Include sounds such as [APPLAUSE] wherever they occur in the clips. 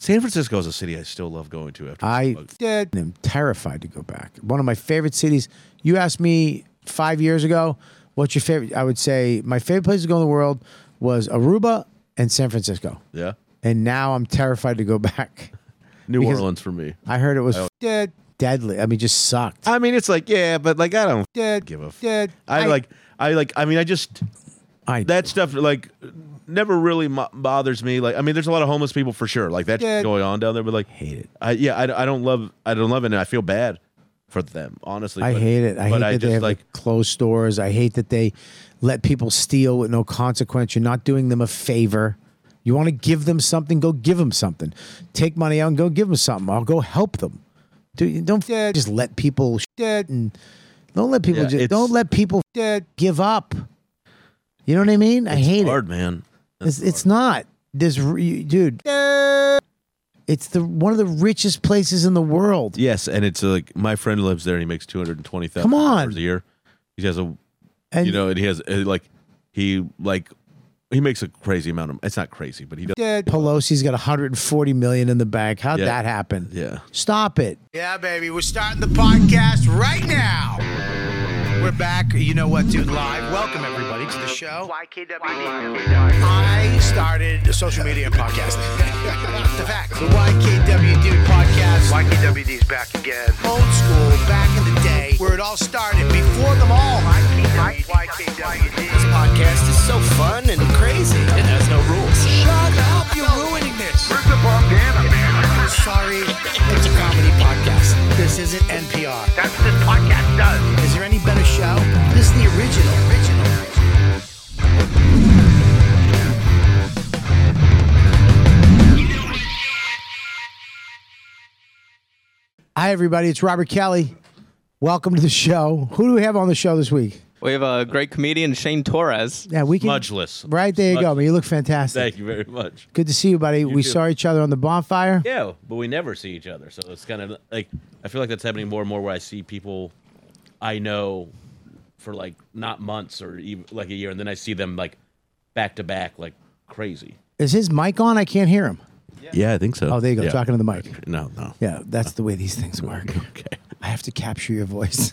San Francisco is a city I still love going to. After I did. I'm terrified to go back. One of my favorite cities. You asked me five years ago, what's your favorite? I would say my favorite place to go in the world was Aruba and San Francisco. yeah, And now I'm terrified to go [LAUGHS] back. New Because- Orleans for me. I heard it was dead, deadly. I mean, just sucked. I mean, it's like yeah, but like I don't Dead, give a. F- dead. I like I like I mean I just I, that stuff like never really mo- bothers me. Like I mean, there's a lot of homeless people for sure. Like that's Yeah. going on down there, but like hate it. I yeah I, I don't love I don't love it, and I feel bad for them honestly. I but- hate it. I hate but that I they just have like like closed stores. I hate that they let people steal with no consequence. You're not doing them a favor. You want to give them something? Go give them something. Take money out and go give them something. I'll go help them. Dude, don't just let people shit and don't let people Yeah, just, it's- don't let people shit give up. You know what I mean? I hate hard man. it. It's, it's not. There's r- you- dude. It's the one of the richest places in the world. Yes, and it's like my friend lives there, and he makes two hundred and twenty thousand Come on. dollars a year. He has a And you know, and he has uh, like he like he makes a crazy amount of. It's not crazy, but he does. Dead. Pelosi's got 140 million in the bank. How'd Yeah. that happen? Yeah. Stop it. Yeah, baby, we're starting the podcast right now. We're back. You know what, dude? Live. Welcome everybody to the show. I started a social media and podcast. [LAUGHS] the fact, the YKWd podcast. YKWD's back again. old school, back in the day, where it all started, before them all. This YKWD. podcast is so fun and crazy. It has no rules. Shut up! You're ruining this. Where's the Bogana, man? Sorry, it's a comedy podcast. This isn't NPR. That's what this podcast does. Is there any better show? This is the original. Original. Hi, everybody. It's Robert Kelly. Welcome to the show. Who do we have on the show this week? We have a great comedian, Shane Torres. Yeah, we can. Smudgeless. Right there you go. Smudgeless. Man, you look fantastic. Thank you very much. Good to see you, buddy. we too. saw each other on the bonfire. Yeah, but we never see each other, so it's kind of like I feel like that's happening more and more where I see people I know for like not months or even like a year, and then I see them like back to back like crazy. Is his mic on? I can't hear him. Yeah, I think so. Oh, there you go. Talking to the mic. No, no. Yeah, that's the way these things work. [LAUGHS] Okay. I have to capture your voice.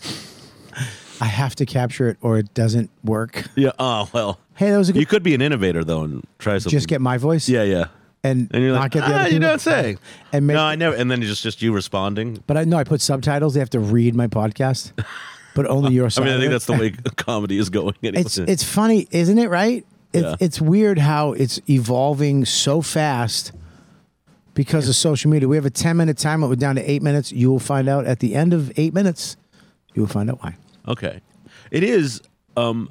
[LAUGHS] I have to capture it or it doesn't work. Yeah. Oh well. Hey, that was a good. You could be an innovator though and try something. just get my voice. Yeah, yeah. And, And you're not like, get the other ah, you people. don't say. And make no, I never. And then it's just just you responding. But I know I put subtitles. They have to read my podcast, but only [LAUGHS] your I side. mean, I of think it. that's the way [LAUGHS] comedy is going. Anyway. it's it's funny, isn't it? Right? It's Yeah. it's weird how it's evolving so fast because of social media. We have a ten minute time limit. We're down to eight minutes. You will find out at the end of eight minutes. You will find out why. Okay. It is. Um,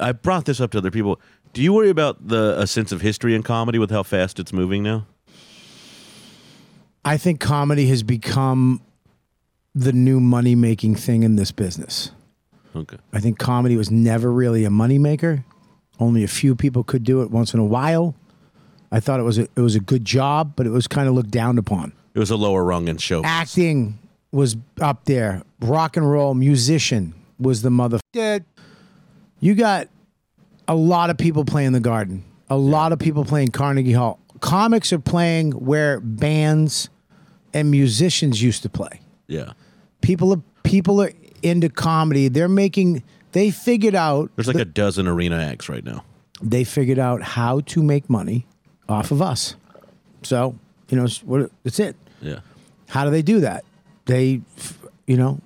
I brought this up to other people. Do you worry about the a sense of history in comedy with how fast it's moving now? I think comedy has become the new money making thing in this business. Okay. I think comedy was never really a moneymaker. Only a few people could do it once in a while. I thought it was a, it was a good job, but it was kind of looked down upon. It was a lower rung in show. Ah. Acting was up there. Rock and roll musician was the mother. You got a lot of people playing the Garden. A lot of people playing Carnegie Hall. Comics are playing where bands and musicians used to play Yeah. people are people are into comedy. They're making they figured out There's like a dozen arena acts right now. they figured out how to make money off of us. So you know, it's, what, it's it. Yeah. How do they do that? They, f- you know,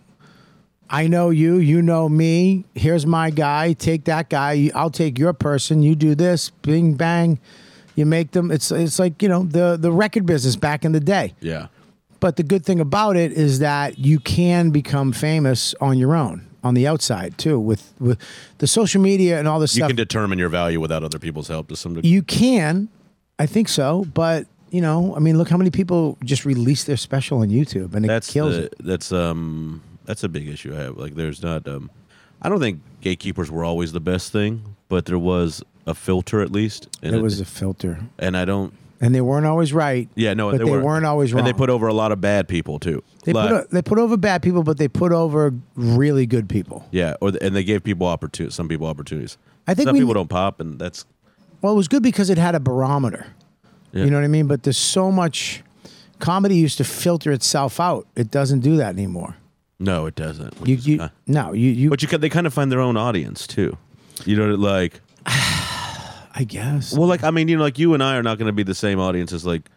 I know you, you know me. Here's my guy. Take that guy. I'll take your person. You do this. Bing bang. You make them. It's it's like you know the the record business back in the day. Yeah. But the good thing about it is that you can become famous on your own, on the outside too, with with the social media and all this You stuff. can determine your value without other people's help to some degree. you can, I think so, but you know, I mean, look how many people just release their special on YouTube and it that's kills the- it. that's um that's a big issue I have. Like there's not um I don't think gatekeepers were always the best thing, but there was a filter at least. And It was a filter, and I don't and they weren't always right. yeah, no, but they, weren't. weren't always wrong. And they put over a lot of bad people too. They Like- put o- they put over bad people, but they put over really good people. yeah, or the, and they gave people opportunity some people opportunities. I think some we- people don't pop and that's Well, it was good because it had a barometer. Yeah. You know what I mean? But there's so much comedy used to filter itself out. It doesn't do that anymore. no, it doesn't. which You, is you not- no, you you. but you ca- they kind of find their own audience too. You know like I guess. Well, like I mean, you know, like you and I are not going to be the same audience as like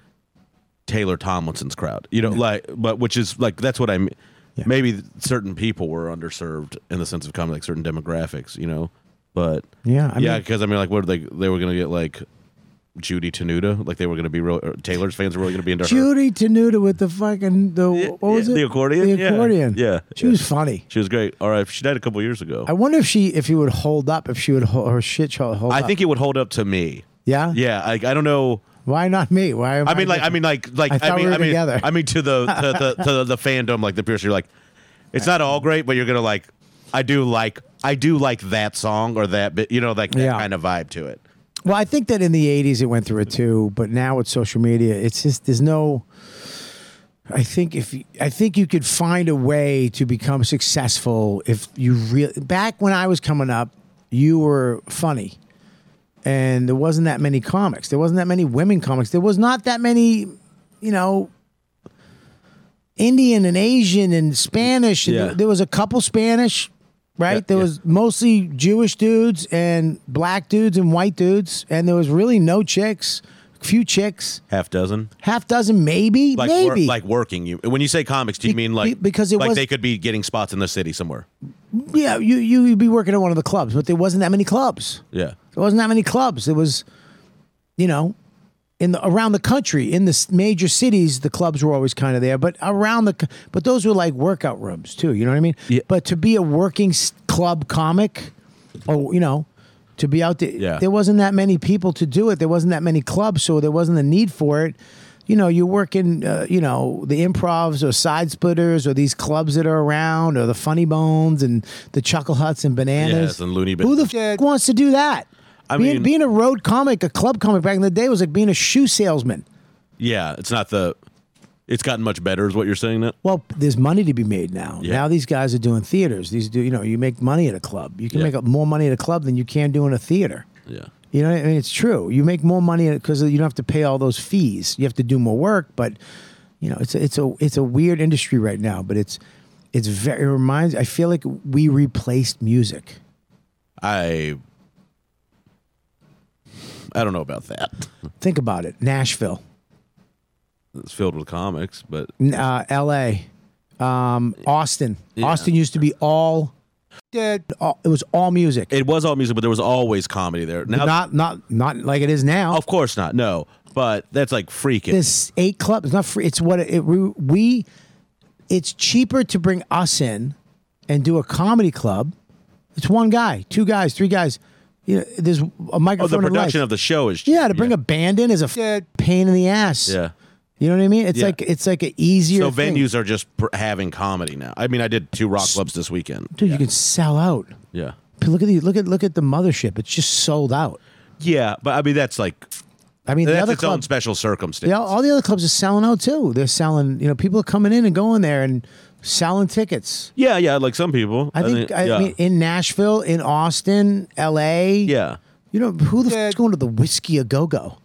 Taylor Tomlinson's crowd. You know, like but which is like that's what I mean. Yeah. Maybe certain people were underserved in the sense of comedy, like certain demographics. You know, but Yeah, I yeah, mean- because I mean, like, what are they? They were going to get like Judy Tenuta, like they were going to be real. or Taylor's fans were really going to be into her. Judy Tenuta with the fucking the what was yeah, it? the accordion? The Yeah, accordion. yeah, she yeah. was funny. She was great. All right, she died a couple years ago. I wonder if she if he would hold up if she would hold her shit show hold I up. think it would hold up to me. Yeah? yeah. Like I don't know. Why not me? Why? Am I mean, like, I different? mean, like, like, I I, thought we mean, were I mean, together. I mean, to the to the, to the fandom, like the Pierce, you're like, it's not all great, but you're gonna like, I do like, I do like that song or that bit, you know, like that Yeah. kind of vibe to it. Well, I think that in the '80s it went through it too, but now with social media, it's just there's no. I think if you, I think you could find a way to become successful if you really back when I was coming up, you were funny, and there wasn't that many comics. There wasn't that many women comics. There was not that many, you know. Indian and Asian and Spanish. and Yeah. there- There was a couple Spanish, right? Yeah, there yeah. was mostly Jewish dudes and black dudes and white dudes, and there was really no chicks, few chicks, Half dozen, half dozen maybe, like, wor- maybe like working you. When you say comics, do you Be- mean be- like because it like was- they could be getting spots in the city somewhere? yeah, you you would be working at one of the clubs, but there wasn't that many clubs. Yeah, There wasn't that many clubs. It was, you know, in the around the country, in the s- major cities, the clubs were always kind of there. But around the, c- but those were like workout rooms too. You know what I mean? Yeah. But to be a working s- club comic, or you know, to be out there, Yeah. there wasn't that many people to do it. There wasn't that many clubs, so there wasn't the need for it. You know, you work in, uh, you know, the improvs or side splitters or these clubs that are around or the funny bones and the chuckle huts and bananas. Yes, and Looney Bin- Who the f- wants to do that? I being, mean- being a road comic, a club comic back in the day was like being a shoe salesman. yeah. It's not the. It's gotten much better, is what you're saying. That Well, there's money to be made now. Yeah. Now these guys are doing theaters. These do, you know, you make money at a club. You can Yeah. make up more money at a club than you can do in a theater. yeah, You know, I mean, it's true. You make more money because you don't have to pay all those fees. You have to do more work, but you know, it's a, it's a it's a weird industry right now. But it's it's very it reminds. I feel like we replaced music. I. I don't know about that. Think about it, Nashville. It's filled with comics, but N- uh, L.A., um, Austin. Austin used to be all, dead. all- It was all music. it was all music, but there was always comedy there. Now, Oh, not not not like it is now. of course not. No, but that's like freaking. There's eight clubs. It's not free. It's what it, it we- we. It's cheaper to bring us in and do a comedy club. It's one guy, two guys, three guys. You know, there's a oh, microphone. the and lights. production of the show is yeah to bring a band in is a f- pain in the ass. yeah. you know what I mean. It's Yeah. like it's like an easier. So thing. venues are just pr- having comedy now. I mean, I did two rock clubs this weekend. dude, you can sell out. Yeah, Look at the look at look at the mothership. It's just sold out. yeah, but I mean that's like I mean, the that's other its own clubs, special circumstance. yeah, all the other clubs are selling out too. They're selling, you know, people are coming in and going there and selling tickets. yeah, yeah. Like some people, I think, I yeah. mean, in Nashville, in Austin, L.A. yeah, you know, who the f- is going to the Whiskey A Go Go?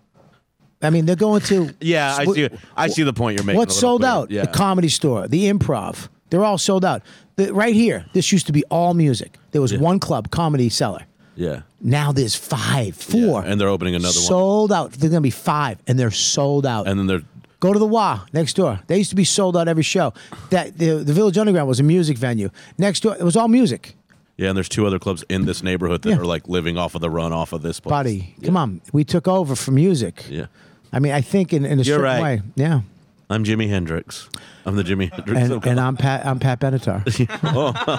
I mean, they're going to [LAUGHS] yeah. I What- see, I see the point you're making. What's a little sold bit. out? Yeah, The Comedy Store, the Improv. They're all sold out. The, right here, this used to be all music. There was one club, Comedy Cellar. yeah, Now there's five, four, and they're opening another one, sold out. They're going to be five, and they're sold out. and then they're Go to the Wah next door. They used to be sold out every show. That the, the Village Underground was a music venue. Next door, it was all music. yeah, and there's two other clubs in this neighborhood that Yeah. are like living off of the run off of this place. Buddy, come on, we took over for music. Yeah, I mean, I think in, in a You're certain right. way, yeah. I'm Jimi Hendrix. I'm the Jimi Hendrix. of And, and I'm Pat. I'm Pat [LAUGHS] Benatar.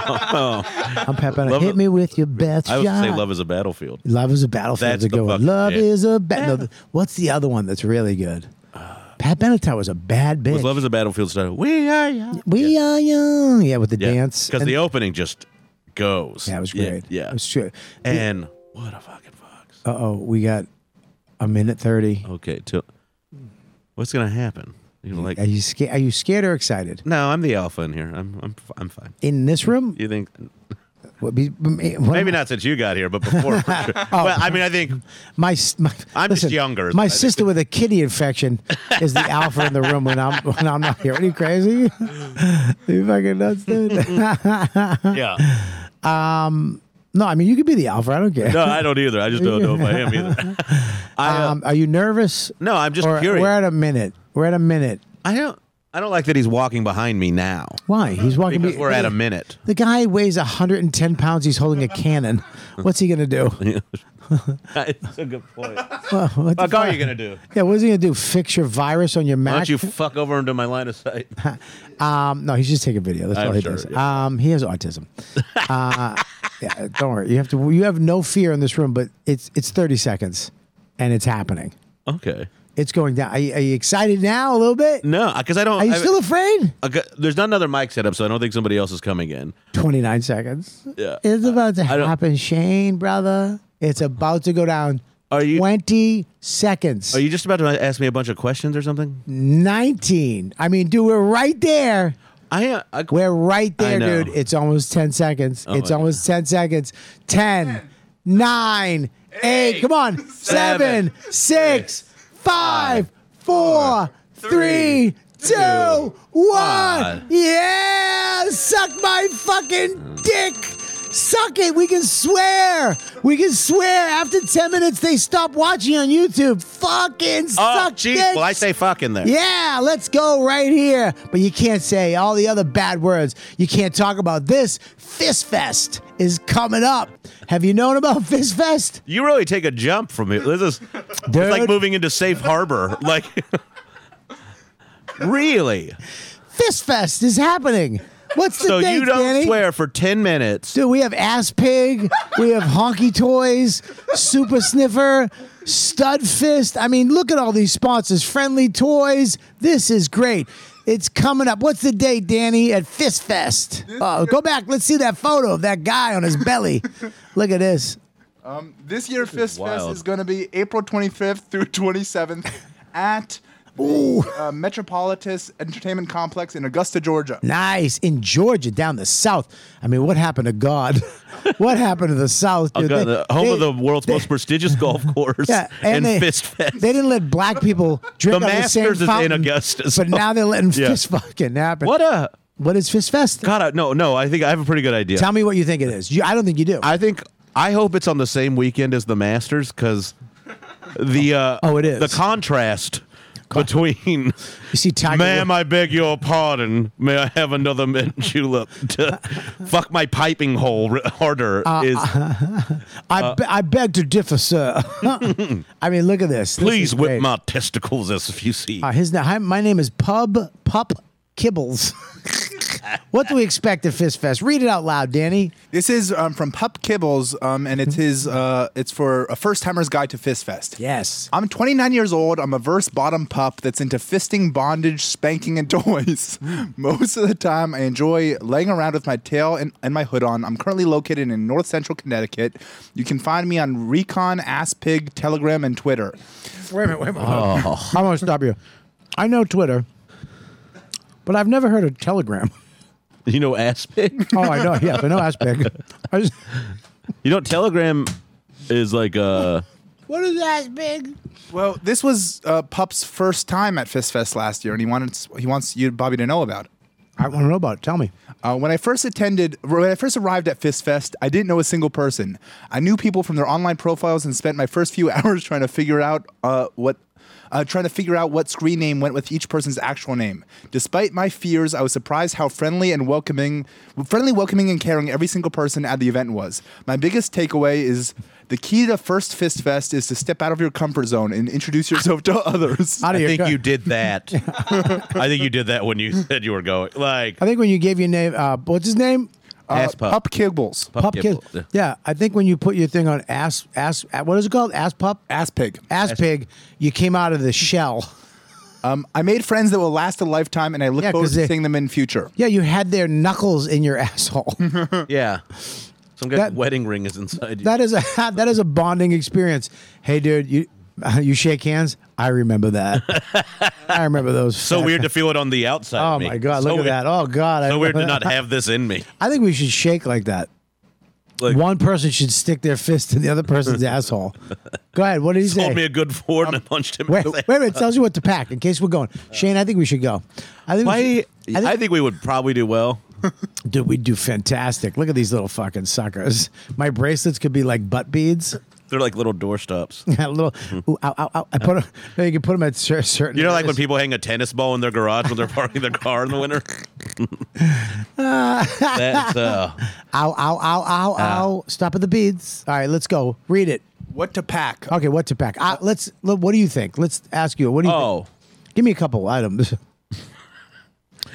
I'm Pat Benatar. Oh. Love Hit it. me with your [LAUGHS] best I would shot. say love is a battlefield. Love is a battlefield. That's That's a the good one. fucking Love shit. is a battle. what's the other one that's really good? Pat Benatar was a bad bitch. Was Love is a Battlefield style. We are young. we are young. Yeah, with the dance. Because And- the opening just goes. that was Yeah, great. Yeah. It was true. and what a fucking fox. Uh oh, we got a minute thirty. Okay, till what's gonna happen? You're like, Are you scared? Are you scared or excited? no, I'm the alpha in here. I'm I'm f- I'm fine. In this room, You think What be- maybe not since you got here, but before. For [LAUGHS] sure. Oh. Well, I mean, I think My, s- my I'm just listen, younger, My but I think- sister with a kidney infection is the [LAUGHS] alpha in the room when I'm when I'm not here. Are you crazy? you fucking nuts, [LAUGHS] dude. yeah. no, I mean you could be the alpha. I don't care. No, I don't either. I just don't know if I am [LAUGHS] either. I, uh, um, are you nervous? no, I'm just Or- curious. We're at a minute. We're at a minute. I don't. I don't like that he's walking behind me now Why? He's walking. Uh-huh. because be- we're at a [LAUGHS] minute. The guy weighs 110 pounds. He's holding a cannon. What's he gonna do? [LAUGHS] That's a good point. Well, what the Fuck, are fuck? you gonna do? Yeah, what's he gonna do? Fix your virus on your Mac? Why don't you fuck over into my line of sight? Um, no, he's just taking video. That's I'm all he sure, does. Um, he [LAUGHS] has autism. uh, yeah, don't worry. You have to. You have no fear in this room, but it's it's thirty seconds, and it's happening. Okay. It's going down. Are you, are you excited now? A little bit. No, because I don't. Are you I- still afraid? I got- there's not another mic set up, so I don't think somebody else is coming in. Twenty nine seconds. Yeah. It's about to I don't- happen, Shane, brother. It's about to go down. Are you- twenty seconds? Are you just about to ask me a bunch of questions or something? nineteen? I mean, dude, we're right there. I, uh, I We're right there, know. Oh dude. It's almost 10 seconds. it's my almost 10 seconds. 10, 9, 8, come on. 7, 6, 5, 4, 3, 2, 1. one. Yeah! Suck my fucking dick! Suck it! We can swear! We can swear! After 10 minutes, they stop watching on YouTube. Fucking oh, suck jeez. dicks. Well, I say fuck in there. Yeah, let's go right here. But you can't say all the other bad words. You can't talk about this. Fist Fest is coming up. Have you known about Fist Fest? You really take a jump from it. This is it's Dude. like moving into safe harbor. Like, really? Fist Fest is happening. What's the So date, you don't Danny? swear for ten minutes. Dude, we have Ass Pig, we have Honky Toys, Super Sniffer, Stud Fist. I mean, look at all these sponsors. Friendly Toys. This is great. It's coming up. What's the date, Danny, at Fist Fest? Oh, go back. Let's see that photo of that guy on his belly. Look at this. This year, Fist Fest wild. is going to be April 25th through [LAUGHS] 27th at the uh, Metropolitas Entertainment Complex in Augusta, Georgia. Nice. In Georgia, down the South. I mean, what happened to God? [LAUGHS] what happened to the South? I've dude? got They- Oh, the home of they- the world's most prestigious golf course [LAUGHS] Yeah, and, they, fist fest. They didn't [LAUGHS] let black people drink The out of the same Masters is in fountain, Augusta, so- but now they're letting [LAUGHS] Yeah. fist fucking happen. what a What is fist fest? God! I- No, no. I think I have a pretty good idea. Tell me what you think it is. You, I don't think you do. I think I hope it's on the same weekend as the Masters because the uh, Oh, it is. the contrast between. you see Tiger. Ma'am, Woods- I beg your pardon. May I have another mint julep to fuck my piping hole r- harder? Uh, is I, uh, be- I beg to [LAUGHS] differ, sir. [LAUGHS] I mean, look at this. This please is whip great. my testicles as you see. Uh, his na- hi- my name is Pub Pup Kibbles. [LAUGHS] what do we expect at Fist Fest? Read it out loud, Danny. This is um, from Pup Kibbles, um, and it's his. Uh, it's for a first timer's guide to Fist Fest. Yes. I'm 29 years old. I'm a verse bottom pup that's into fisting, bondage, spanking, and [LAUGHS] toys. Most of the time, I enjoy laying around with my tail and, and my hood on. I'm currently located in north central Connecticut. You can find me on Recon, Ass Pig, Telegram, and Twitter. Wait a minute. Wait a minute. Oh. I want to stop you. I know Twitter, but I've never heard of Telegram. You know, ass pick. Oh, I know. Yes, I know Aspig. I just, You know, Telegram is like uh [LAUGHS] what is Aspig? Well, this was uh, Pup's first time at Fist Fest last year, and he wants he wants you, Bobby, to know about it. I want to know about it. Tell me. Uh, when I first attended, when I first arrived at Fist Fest, I didn't know a single person. I knew people from their online profiles and spent my first few [LAUGHS] hours trying to figure out uh, what. Uh, trying to figure out what screen name went with each person's actual name. Despite my fears, I was surprised how friendly and welcoming, friendly, welcoming, and caring every single person at the event was. My biggest takeaway is the key to First Fist Fest is to step out of your comfort zone and introduce yourself to [LAUGHS] others. Out of I your think gut. you did that. [LAUGHS] I think you did that when you said you were going. Like I think when you gave your name, uh, what's his name? ass Uh, Pup, pup. Kibbles, Pup Kid. Kibble. Yeah, I think when you put your thing on ass, uh, ass, what is it called? Ass pup, Ass Pig. ass pig. You came out of the shell. Um, I made friends that will last a lifetime, and I look Yeah, forward 'cause to they- seeing them in future. Yeah, you had their knuckles in your [LAUGHS] asshole. Yeah. Some guy's That- wedding ring is inside you. that is a [LAUGHS] that is a bonding experience. Hey, dude, you [LAUGHS] you shake hands. I remember [LAUGHS] that. I remember those. so weird to feel it on the outside. Oh of me. my god, So look at weird- that. Oh god, I So weird to remember not [LAUGHS] that. have this in me. I think we should shake like that. Like, One person should stick their fist in the other [LAUGHS] person's asshole. Go ahead. What did he say? told me a good four um, and I punched him. in [LAUGHS] wait, the wait, leg. a minute. It tells you what to pack in case we're going. Shane, I think we should go. I think. we Why? should- I think, I think, we would probably do well. dude, we do fantastic. Look at these little fucking suckers. My bracelets could be like butt beads. [LAUGHS] They're like little doorstops. a little. Ooh, ow, ow, ow. I put 'em- [LAUGHS] You can put them at cer- certain. Mm-hmm. You know, like when areas. people hang a tennis ball in their garage when they're parking their car in the [LAUGHS] winter. That's uh, Ow, ow, ow, ow, Ah. ow. Stop at the beads. All right, let's go. Read it. What to pack? Okay, what to pack? Uh, let's. Look, what do you think? Let's ask you. What do you? think? oh, Give me a couple items.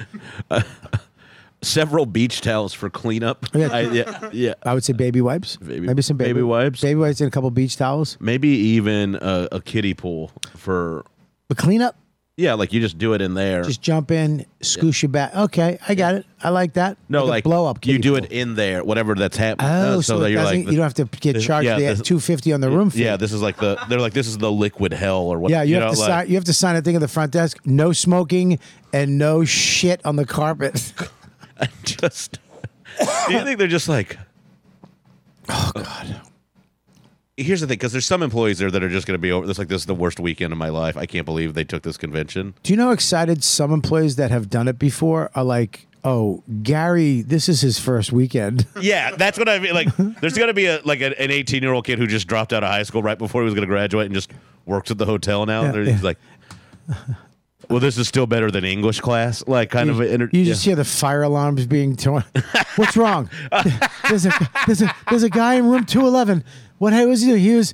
[LAUGHS] several beach towels for cleanup. Yeah. I, yeah, yeah. I would say baby wipes. Baby- Maybe some baby, baby wipes. Baby wipes and a couple beach towels. Maybe even a, a kiddie pool for The cleanup. yeah, like you just do it in there. Just jump in, scoosh you back. Okay, I got it. I like that. no, a like blow up. You kiddie do pool. it in there, whatever that's happening. Oh, Uh, so, that it you're doesn't- like you don't have to get this- charged yeah, the this- two fifty on the room fee. yeah, this is like the they're like this is the liquid hell or what? yeah, you, have know, to like- sign. You have to sign a thing at the front desk. No smoking and no shit on the carpet. [LAUGHS] just do you think they're just like oh god Oh, here's the thing because there's some employees there that are just going to be over this like this is the worst weekend of my life i can't believe they took this convention Do you know how excited some employees that have done it before are like, oh, Gary, this is his first weekend. yeah that's what i mean like there's going to be a like an 18 year old kid who just dropped out of high school right before he was going to graduate and just works at the hotel now Yeah, They're yeah. he's like well this is still better than english class like kind of You, a inter- you just hear the fire alarms being torn. What's wrong? there's, a, there's, a, there's a guy in room 211. What was he doing? He was,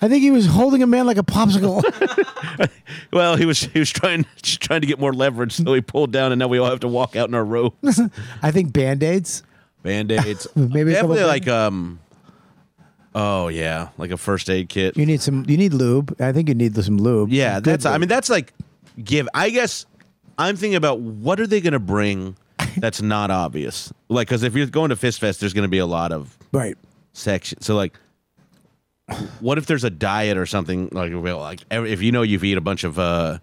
I think he was holding a man like a popsicle. [LAUGHS] Yeah. well he was he was trying [LAUGHS] trying to get more leverage so he pulled down and now we all have to walk out in our row I think band aids. Band-aids. [LAUGHS] Maybe a couple definitely of- like um Oh yeah, like a first aid kit. You need some, you need lube. I think you need some lube. yeah, Good that's I lube. mean that's like give I guess I'm thinking about what are they going to [LAUGHS] bring that's not obvious. Like cuz if you're going to Fist Fest there's going to be a lot of right. section. So like what if there's a diet or something like well, like every- if you know you've eat a bunch of uh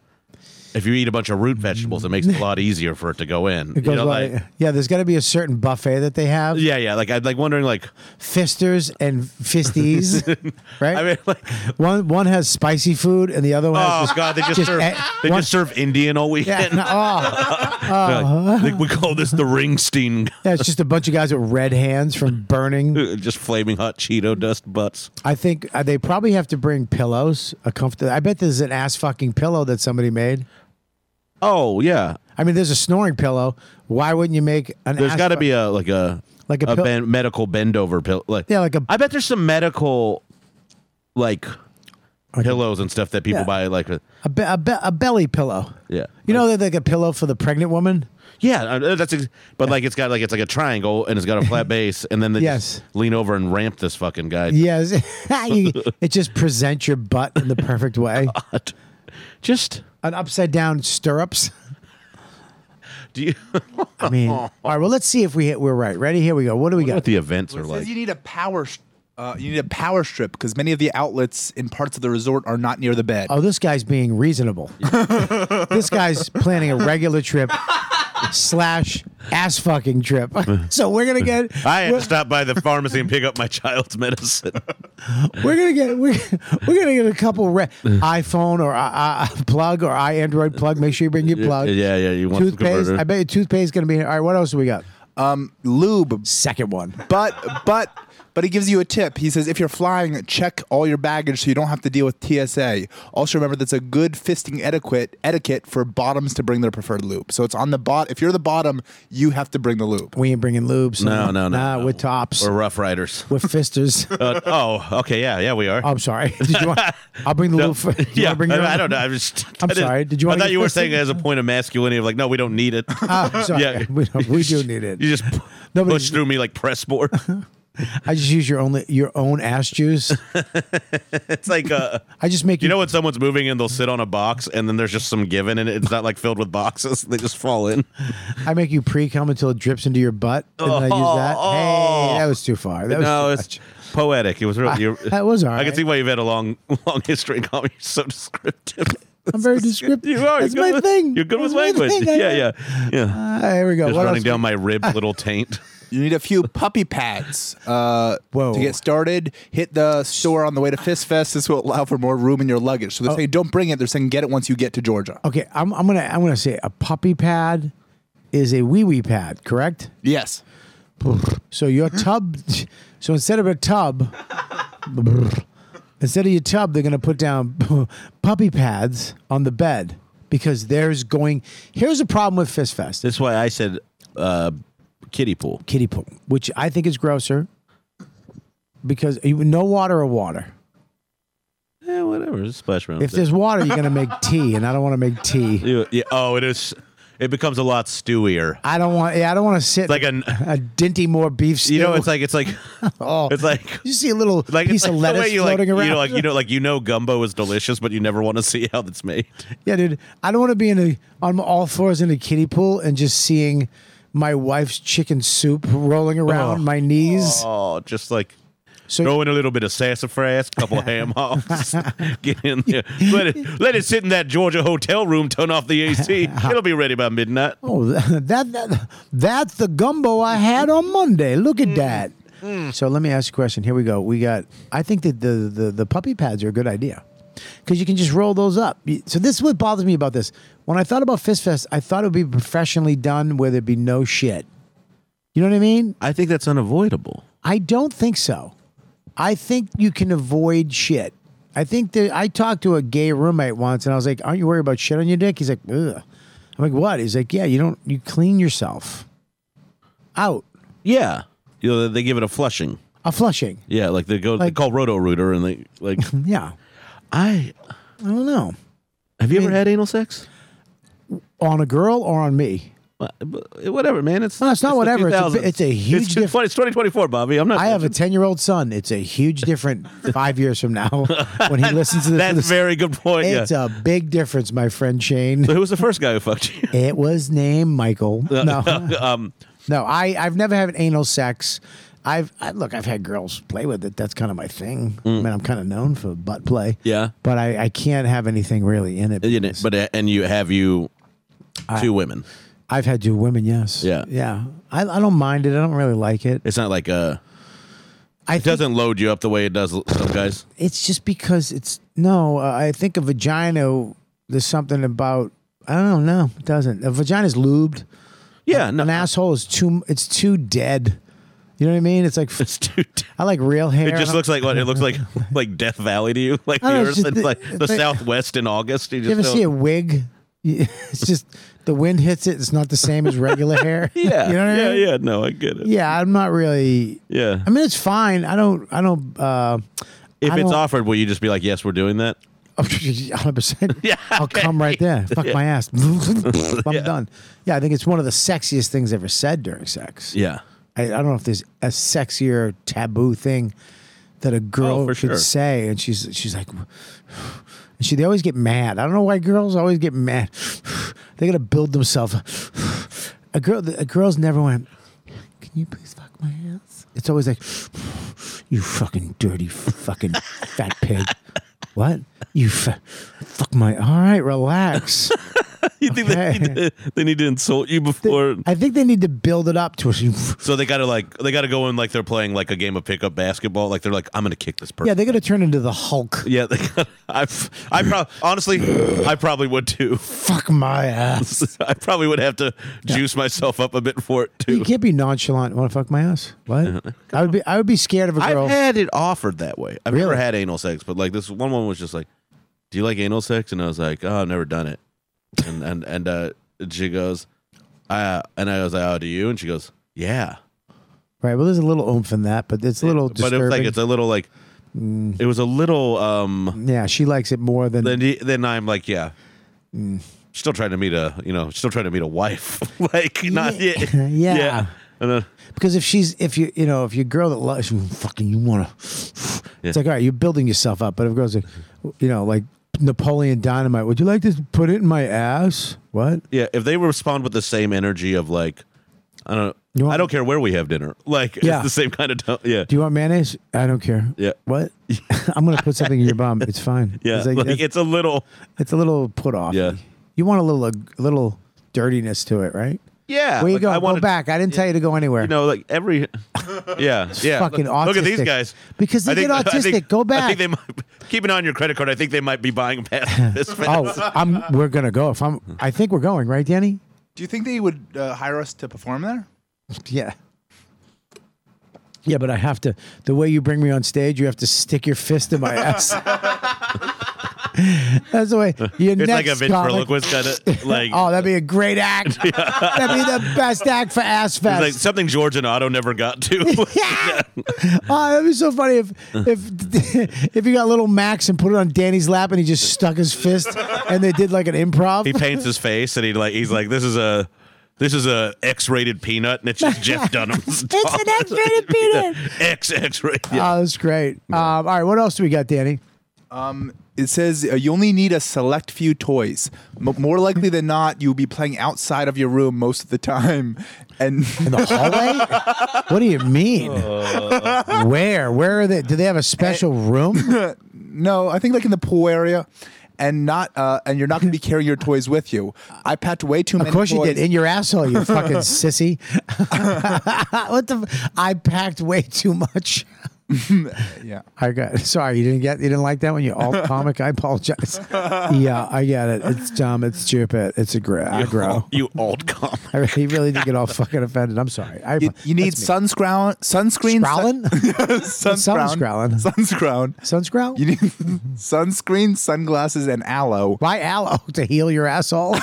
if you eat a bunch of root vegetables it makes it a [LAUGHS] lot easier for it to go in. It you goes know, like- like- yeah, there's got to be a certain buffet that they have. yeah, yeah, like I'd like wondering like Fisters and fisties, right? [LAUGHS] I mean like One one has spicy food and the other one Oh has God, they just, serve eh, they one- just serve Indian all yeah, [LAUGHS] [LAUGHS] weekend. no, oh, They're [LAUGHS] Uh-huh. like, "Like, we call this the Ringstein, [LAUGHS] yeah, it's just a bunch of guys with red hands from burning. just flaming hot Cheeto dust butts. I think uh, they probably have to bring pillows. A comfort. I bet there's an ass fucking pillow that somebody made. Oh yeah, I mean, there's a snoring pillow. Why wouldn't you make an? there's ass got to fu- be a like a Like a pill- ben- medical bend over pill. Like Yeah, like a- I bet there's some medical like a- pillows and stuff that people Yeah. buy. Like a, be- a, be- a belly pillow. Yeah. you know, they're like a pillow for the pregnant woman. yeah, uh, that's ex- but like it's got like it's like a triangle and it's got a [LAUGHS] flat base and then they Yes. just lean over and ramp this fucking guy. Yes, [LAUGHS] [LAUGHS] You- it just presents your butt in the perfect way. Just An upside down stirrups. do you? [LAUGHS] I mean, all right. Well, let's see if we hit, we're right. Ready? Here we go. What do we what got? the events are It like? says you need a power. sh- Uh, you need a power strip because many of the outlets in parts of the resort are not near the bed. oh, this guy's being reasonable. this guy's planning a regular trip slash ass fucking trip. [LAUGHS] so we're gonna get I had we're, to stop by the pharmacy and pick up my child's medicine. we're gonna get we're, we're gonna get a couple re- iPhone or I, I, plug or i Android plug. Make sure you bring your plug. yeah, yeah. You want some Toothpaste. converter. I bet your toothpaste is gonna be. Here. All right. What else do we got? Lube, Second one. but but but he gives you a tip. He says if you're flying, check all your baggage so you don't have to deal with TSA. Also remember that's a good fisting etiquette etiquette for bottoms to bring their preferred lube. So it's on the bot. If you're the bottom, you have to bring the lube. We ain't bringing lubes. no, no, no. Nah, no. we're [LAUGHS] tops. We're We're, Rough Riders. fisters. [LAUGHS] Uh, oh, okay. Yeah, yeah, we are. I'm sorry. [LAUGHS] Did you want, I'll bring the No, lube. For, do you [LAUGHS] yeah, wanna bring your I, I own? don't know. I'm just. I'm I didn't- sorry, did you wanna I thought get you were fisted? saying as a point of masculinity of like, no, we don't [LAUGHS] need it. Oh, sorry. Yeah. We, don't- we do need it. [LAUGHS] You just p- Nobody- push through me like press board. [LAUGHS] I just use your only your own ass juice. It's like uh, I just [LAUGHS] make you know when someone's moving and they'll sit on a box and then there's just some given and it's not like filled with boxes. They just fall in. I make you pre cum until it drips into your butt, and then I use that. Hey, that was too far. [LAUGHS] That was Oh. no, too it's much. poetic. It was really. you- [LAUGHS] that was all I can right. see why you've had a long, [LAUGHS] long history in comedy. You're so descriptive. I'm very [LAUGHS] descriptive. You are. That's you're good my with- thing. You're good with That's my language. thing, I Yeah, know. yeah, yeah. Ah, here we go. just What running else? down my ribbed little taint. You need a few puppy pads uh, Whoa. to get started. Hit the store on the way to Fist Fest. This will allow for more room in your luggage. So they're saying don't bring it. They're saying get it once you get to Georgia. Okay, I'm, I'm gonna I'm gonna say a puppy pad is a wee wee pad, correct? Yes. So your Mm-hmm. tub, [LAUGHS] so instead of a tub, [LAUGHS] instead of your tub, they're gonna put down [LAUGHS] puppy pads on the bed because there's going. Here's a problem with Fist Fest. That's why I said uh, kiddie pool. kiddie pool, which I think is grosser because you, no water or water. Yeah, whatever. It's a splash round. If there's water, you're [LAUGHS] gonna make tea, and I don't want to make tea. You- yeah, oh, it is. It becomes a lot stewier. I don't want. Yeah, I don't want to sit Like an- a dinty more beef [LAUGHS] stew. You know, it's like it's [LAUGHS] like oh, it's like you see a little like piece it's of like the way lettuce you like floating around. you know like you know like you know gumbo is delicious, but you never want to see how that's made. yeah, dude. I don't want to be in a on all fours in a kiddie pool and just seeing my wife's chicken soup rolling around Oh. my knees. Oh, just like. So- Throw in a little bit of sassafras, couple of ham [LAUGHS] hocks, get in there. Let it let it sit in that Georgia hotel room. Turn off the [LAUGHS] AC. It'll be ready by midnight. Oh, [LAUGHS] that, that that's the gumbo I had on Monday. Look at that. So let me ask you a question. Here we go. We got. I think that the the, the puppy pads are a good idea because you can just roll those up. You- So this is what bothers me about this. When I thought about Fist Fest, I thought it would be professionally done where there'd be no shit. You know what I mean? I think that's unavoidable. I don't think so. I think you can avoid shit. I think that I talked to a gay roommate once and I was like, Aren't you worried about shit on your dick? He's like, Ugh. I'm like, What? He's like, Yeah, you don't, you clean yourself out. Yeah, you know, they give it a flushing. A flushing. Yeah, like they go Like- they call Roto Rooter and they like Yeah. I I don't know. have you ever had anal sex? On a girl or on me? Wha- but- Whatever, man. It's No, it's not the whatever. It's a 2000s. bi- it's a huge It's, twenty- it's twenty twenty four, Bobby. I'm not. I have a 10 year old son. It's a huge difference five years from now [LAUGHS] when he listens to this. [LAUGHS] That's very good point. Yeah. it's a big difference, my friend Shane. so who was the first guy who fucked you? It was named Michael. No. [LAUGHS] um, No, I I've never had anal sex. I've I, look, I've had girls play with it. That's kind of my thing. I mean, I'm kind of known for butt play. Mm. Yeah. but I, I can't have anything really in [LAUGHS] it. you know, because but uh, and you have you two women. I've had two women. Yes. Yeah. Yeah. I, I don't mind it. I don't really like it. It's not like uh, I it doesn't load you up the way it does some guys. It's just because it's no. Uh, I think a vagina. There's something about I don't know. It doesn't. A vagina's lubed. Yeah, no, An asshole is too. It's too dead. You know what I mean? It's like [LAUGHS] [LAUGHS] it's too. I like real hair. It just looks like what it [LAUGHS] looks like, like Death Valley to you, [LAUGHS] like the I don't know, Earth, it's it's just Oh, the- like the they- Southwest in August. You, You ever just see a don't- wig? You- It's just the wind hits it. It's not the same as regular hair. [LAUGHS] Yeah, [LAUGHS] you know what yeah, I mean? yeah. No, I get it. Yeah, I'm not really. Yeah. I mean, it's fine. I don't. I don't. Uh, If I it's don't- [LAUGHS] offered, will you just be like, "Yes, we're doing that"? 100. percent [LAUGHS] Yeah, I'll okay. come right there. Fuck my ass. [LAUGHS] I'm done. Yeah, I think it's one of the sexiest things ever said during sex. Yeah. I, I don't know if there's a sexier taboo thing that a girl Oh, for should sure. say, and she's she's like, [SIGHS] and she they always get mad. I don't know why girls always get mad. [SIGHS] they gotta build themselves. [SIGHS] a girl, a girl's never went. Can you please fuck my ass? It's always like, [SIGHS] you fucking [LAUGHS] dirty fucking fat pig. What? You fa- fuck my. All [LAUGHS] right, relax. [LAUGHS] You think they, need Okay. to, they need to insult you before? I think they need to build it up to a so they gotta like they gotta go in like they're playing like a game of pickup basketball. Like they're like, I'm gonna kick this person. [SIGHS] Yeah, they gotta turn into [LAUGHS] the Hulk. Yeah, they gotta, I, I pro- honestly, I probably would too. [LAUGHS] Fuck my ass. I probably would have to juice myself up a bit for it You too. can't be nonchalant. Want to fuck my ass? What? [LAUGHS] I would be. I would be scared of a girl. I've had it offered that way. I've never Really? had anal sex, but like this one woman was just like, "Do you like anal sex?" And I was like, "Oh, I've never done it." And and and uh, she goes, "I," and I was like, "Oh, do you?" And she goes, "Yeah." right. Well, there's a little oomph in that, but it's a little But it disturbing. Mm. was like it's a little like it was a little um. yeah, she likes it more than. [LAUGHS] Then he- then I'm like, yeah. Mm. [LAUGHS] Still trying to meet a, you know, still trying to meet a wife. [LAUGHS] like not Yeah. yet. Yeah. And then Because if she's if you you know if your girl that loves you fucking you wanna, it's like all right you're building yourself up. But if girls like, you know like Napoleon Dynamite, would you like to put it in my ass? What? yeah, if they respond with the same energy of like, I don't, You want- I don't care where we have dinner. [LAUGHS] Like Yeah. it's the same kind of tone. Yeah, Do you want mayonnaise? I don't care. Yeah. [LAUGHS] What? [LAUGHS] I'm gonna put something in your bum. It's fine. yeah. It's, like, like, it's, it's a little. it's a little put off. Yeah. You want a little a little dirtiness to it, right? Yeah. Where you like, go? I go wanted- back. I didn't tell you to go anywhere. You [LAUGHS] know, like every. Yeah. yeah. fucking look, Look at these autistic. guys. Because they I [LAUGHS] get I autistic. Go I back. think they might keep it on your credit card. I think they might be buying [LAUGHS] past this. [LAUGHS] oh, I'm. We're gonna go. If Hmm. I'm, I think we're going, right, Danny? Do you think they would uh, hire us to perform there? Yeah. Yeah, but I have to. The way you bring me on stage, you have to stick your fist [LAUGHS] in my ass. That's the way. Your It's like next a comic- ventriloquist kind of [LAUGHS] like. Oh, that'd be a great [LAUGHS] act. That'd be the best act for Ass Fest. It's like something George and Otto never got [LAUGHS] to. Yeah. oh, that'd be so funny [LAUGHS] if if [LAUGHS] if you got little Max and put it on Danny's lap and he just stuck his fist and they did like an improv. [LAUGHS] he paints his face and he like he's like this is a this is a X-rated peanut and it's just [LAUGHS] Jeff Dunham's. It's an X-rated peanut. [LAUGHS] X X-rated. Yeah. Oh, that's great. Um, all right, what else do we got, Danny? It says uh, you only need a select few toys. M- more likely than not, you'll be playing outside of your room most of the time. [LAUGHS] And In the hallway? what do [LAUGHS] you mean? Uh. Where? Where are they? Do they have a special room? no, I think like in the pool area, and not uh, and you're not going to be carrying your toys with you. I packed way too many. Of course you toys. did. In your [LAUGHS] asshole, you fucking sissy. [LAUGHS] what the? F- I packed way [LAUGHS] too much. Yeah. I got sorry you didn't get you didn't like that one you [LAUGHS] alt comic I apologize yeah I get it it's dumb it's stupid it's a [LAUGHS] gr- aggro You old comic. I really, really did get all fucking offended I'm sorry I, You, you need that's me. sunscrown, sunscreen, Scrowlin? [LAUGHS] sunscrown, Sunscrowlin. sunscrown. sunscrown You need [LAUGHS] sunscreen, sunglasses, and aloe. Buy aloe oh, to heal your asshole